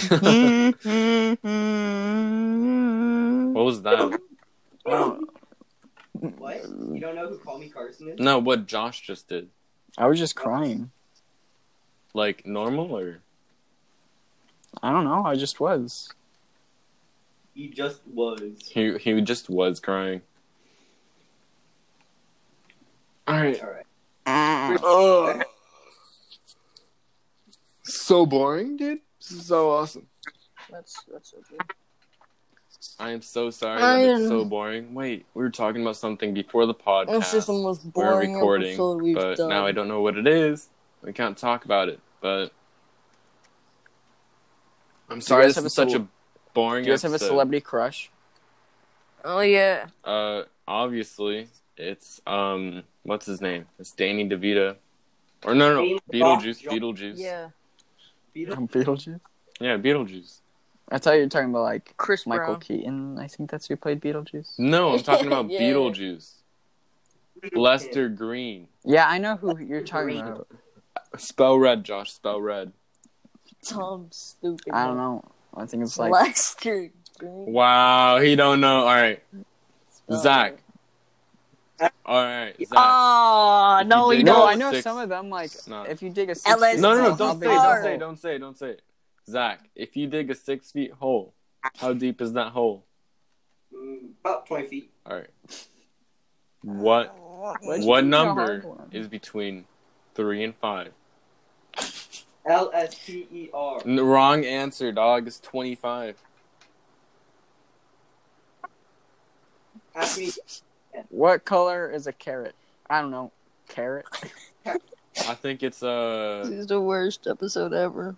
Speaker 4: what was that?
Speaker 5: What? You don't know who Call Me Carson is?
Speaker 4: No, what Josh just did.
Speaker 2: I was just crying.
Speaker 4: Like normal or
Speaker 2: I don't know. I just was.
Speaker 5: He just was.
Speaker 4: He he just was crying. All right.
Speaker 5: All right.
Speaker 3: Ah.
Speaker 2: Uh,
Speaker 4: Ugh. So boring, dude. So awesome.
Speaker 3: That's that's okay.
Speaker 4: I am so sorry that it's so boring. Wait, we were talking about something before the podcast.
Speaker 3: This is the most
Speaker 4: we're
Speaker 3: boring
Speaker 4: recording,
Speaker 3: episode we've
Speaker 4: but
Speaker 3: done.
Speaker 4: now I don't know what it is. We can't talk about it. But I'm sorry.
Speaker 2: guys
Speaker 4: This
Speaker 2: have
Speaker 4: is
Speaker 2: a
Speaker 4: such
Speaker 2: cele-
Speaker 4: a boring.
Speaker 2: Do you guys have a
Speaker 4: episode.
Speaker 2: celebrity crush?
Speaker 3: Oh yeah.
Speaker 4: Uh, obviously, it's um, what's his name? It's Danny DeVito, or no, no, no, Beetlejuice, Beetlejuice.
Speaker 3: Yeah.
Speaker 5: Beetle-
Speaker 2: Beetlejuice.
Speaker 4: yeah, Beetlejuice.
Speaker 2: I thought you were talking about like
Speaker 3: Chris
Speaker 2: Michael
Speaker 3: Brown.
Speaker 2: Keaton. I think that's who played Beetlejuice.
Speaker 4: No, I'm talking about
Speaker 3: Yeah.
Speaker 4: Beetlejuice. Lester Green.
Speaker 2: Yeah, I know who you're talking about.
Speaker 4: Spell red, Josh. Spell red.
Speaker 3: Tom Stupid.
Speaker 2: I don't know. I think it's like
Speaker 3: Lester Green.
Speaker 4: Wow, he don't know. All right,
Speaker 2: Oh.
Speaker 3: Spell
Speaker 4: Zach.
Speaker 3: it.
Speaker 4: All right, Zach.
Speaker 3: Ah,
Speaker 4: If
Speaker 3: no,
Speaker 4: you
Speaker 3: we
Speaker 4: did
Speaker 2: no,
Speaker 4: know
Speaker 2: I know
Speaker 4: six-
Speaker 2: some of them. Like,
Speaker 4: No.
Speaker 2: if you dig a six
Speaker 3: LS
Speaker 2: feet
Speaker 4: no, no,
Speaker 2: hole,
Speaker 4: no! Don't say,
Speaker 2: how big is
Speaker 4: don't
Speaker 2: the
Speaker 4: say,
Speaker 2: hole?
Speaker 4: don't say, don't say. Zach, if you dig a six feet hole, how deep is that hole?
Speaker 5: Mm, about 20 feet.
Speaker 4: All right. What
Speaker 2: Why'd you
Speaker 4: what
Speaker 2: give me a
Speaker 4: number
Speaker 2: hard one?
Speaker 4: is between three and five?
Speaker 5: L S T E R.
Speaker 4: And the wrong answer, dog, is twenty five.
Speaker 5: Ask me.
Speaker 2: What color is a carrot? I don't know. Carrot.
Speaker 4: I think it's
Speaker 3: This
Speaker 4: uh
Speaker 3: is the worst episode ever.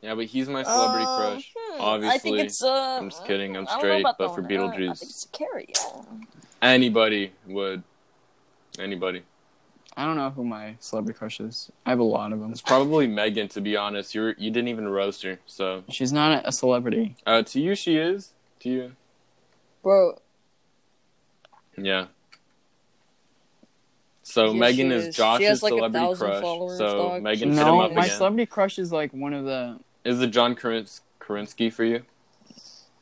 Speaker 4: yeah, but he's my celebrity
Speaker 2: Oh,
Speaker 3: Uh,
Speaker 4: crush.
Speaker 3: hmm,
Speaker 4: Obviously.
Speaker 3: I think it's uh.
Speaker 4: I'm just kidding, I'm
Speaker 3: I don't know
Speaker 4: straight,
Speaker 3: about
Speaker 4: but
Speaker 3: that
Speaker 4: for
Speaker 3: one. Uh, I
Speaker 4: Beetlejuice.
Speaker 3: think it's Carrie. yeah.
Speaker 4: Anybody would anybody.
Speaker 2: I don't know who my celebrity crush is. I have a lot of them.
Speaker 4: It's probably Megan to be honest. You you didn't even roast her. So
Speaker 2: She's not a celebrity.
Speaker 4: uh to you she is. To you.
Speaker 3: Bro,
Speaker 4: Yeah. So
Speaker 3: Yeah,
Speaker 4: Megan
Speaker 3: she
Speaker 4: is,
Speaker 3: is. She
Speaker 4: Josh's
Speaker 3: has, like, a
Speaker 4: celebrity
Speaker 3: thousand
Speaker 4: crush.
Speaker 3: followers,
Speaker 4: so
Speaker 3: dog.
Speaker 4: Megan hit him
Speaker 2: No,
Speaker 4: up
Speaker 2: my
Speaker 4: again.
Speaker 2: celebrity crush is like one of the
Speaker 4: Is it John Karins- Karinsky for you?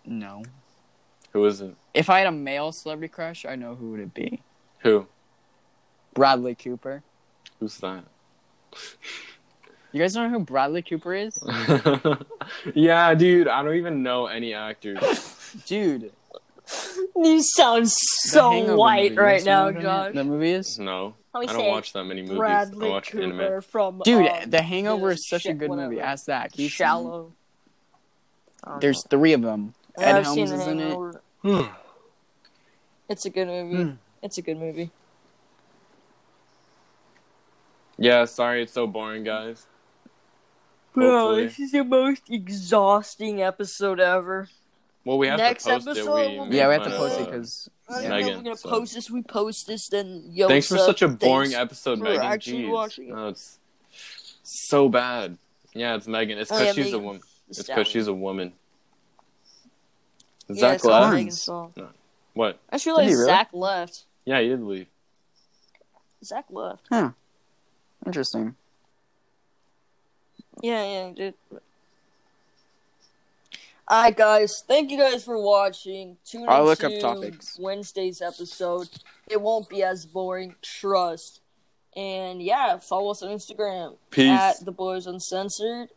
Speaker 2: no.
Speaker 4: Who is it?
Speaker 2: If I had a male celebrity crush, I know who would it be.
Speaker 4: Who?
Speaker 2: Bradley Cooper.
Speaker 4: Who's that?
Speaker 2: You guys don't know who Bradley Cooper is,
Speaker 4: yeah, dude, I don't even know any actors.
Speaker 2: dude?
Speaker 3: you sound
Speaker 2: The
Speaker 3: so
Speaker 2: Hangover
Speaker 3: white
Speaker 2: movie, you guys
Speaker 3: right
Speaker 2: know
Speaker 3: now,
Speaker 2: who that-
Speaker 3: Josh.
Speaker 2: That movie is,
Speaker 4: No,
Speaker 3: How
Speaker 4: I
Speaker 3: we
Speaker 4: don't
Speaker 3: say
Speaker 4: watch that many movies. I
Speaker 3: Bradley
Speaker 4: watch
Speaker 3: Cooper
Speaker 4: anime.
Speaker 3: from
Speaker 2: dude.
Speaker 3: um,
Speaker 2: the Hangover is such a
Speaker 3: shit,
Speaker 2: good
Speaker 3: whatever.
Speaker 2: movie. Ask that. You've seen it.
Speaker 3: Shallow. I don't
Speaker 2: There's three of them. Oh,
Speaker 3: know.
Speaker 2: Ed
Speaker 3: I've
Speaker 2: Helms
Speaker 3: seen The
Speaker 2: is in it.
Speaker 3: Hangover. It's a good movie.
Speaker 2: Hmm.
Speaker 3: It's a good movie.
Speaker 4: Yeah, sorry, it's so boring, guys.
Speaker 3: Bro,
Speaker 4: Hopefully.
Speaker 3: this is the most exhausting episode ever.
Speaker 4: Well, we have
Speaker 3: Next
Speaker 4: to post
Speaker 3: episode
Speaker 4: it.
Speaker 3: will be
Speaker 4: made
Speaker 2: Yeah, we have
Speaker 4: fun
Speaker 2: to
Speaker 4: of,
Speaker 2: post it
Speaker 4: uh,
Speaker 2: because Yeah.
Speaker 3: I don't know if
Speaker 4: Megan,
Speaker 3: we're gonna
Speaker 4: so-
Speaker 3: post this. We post this, then yo.
Speaker 4: Thanks for
Speaker 3: what's up?
Speaker 4: such a boring
Speaker 3: Thanks.
Speaker 4: episode,
Speaker 3: for
Speaker 4: Megan.
Speaker 3: actually
Speaker 4: Jeez.
Speaker 3: watching it.
Speaker 4: No, it's so bad. Yeah, it's Megan. It's because
Speaker 3: Oh, yeah,
Speaker 4: she's
Speaker 3: Megan.
Speaker 4: a woman. It's
Speaker 3: Stallion.
Speaker 4: because she's a woman.
Speaker 3: Yeah,
Speaker 4: Zach
Speaker 3: it's called
Speaker 2: Lefferts.
Speaker 4: left.
Speaker 3: Megan's Song.
Speaker 4: What?
Speaker 3: I just realized
Speaker 2: Did he really?
Speaker 3: Zach left.
Speaker 4: Yeah, he did leave.
Speaker 3: Zach left.
Speaker 2: interesting.
Speaker 3: Yeah, yeah, dude. Alright, guys. Thank you guys for watching. Tune
Speaker 2: I'll look up
Speaker 3: into
Speaker 2: topics.
Speaker 3: Wednesday's episode. It won't be as boring. Trust. And yeah, follow us on Instagram
Speaker 4: Peace.
Speaker 3: at the Boys Uncensored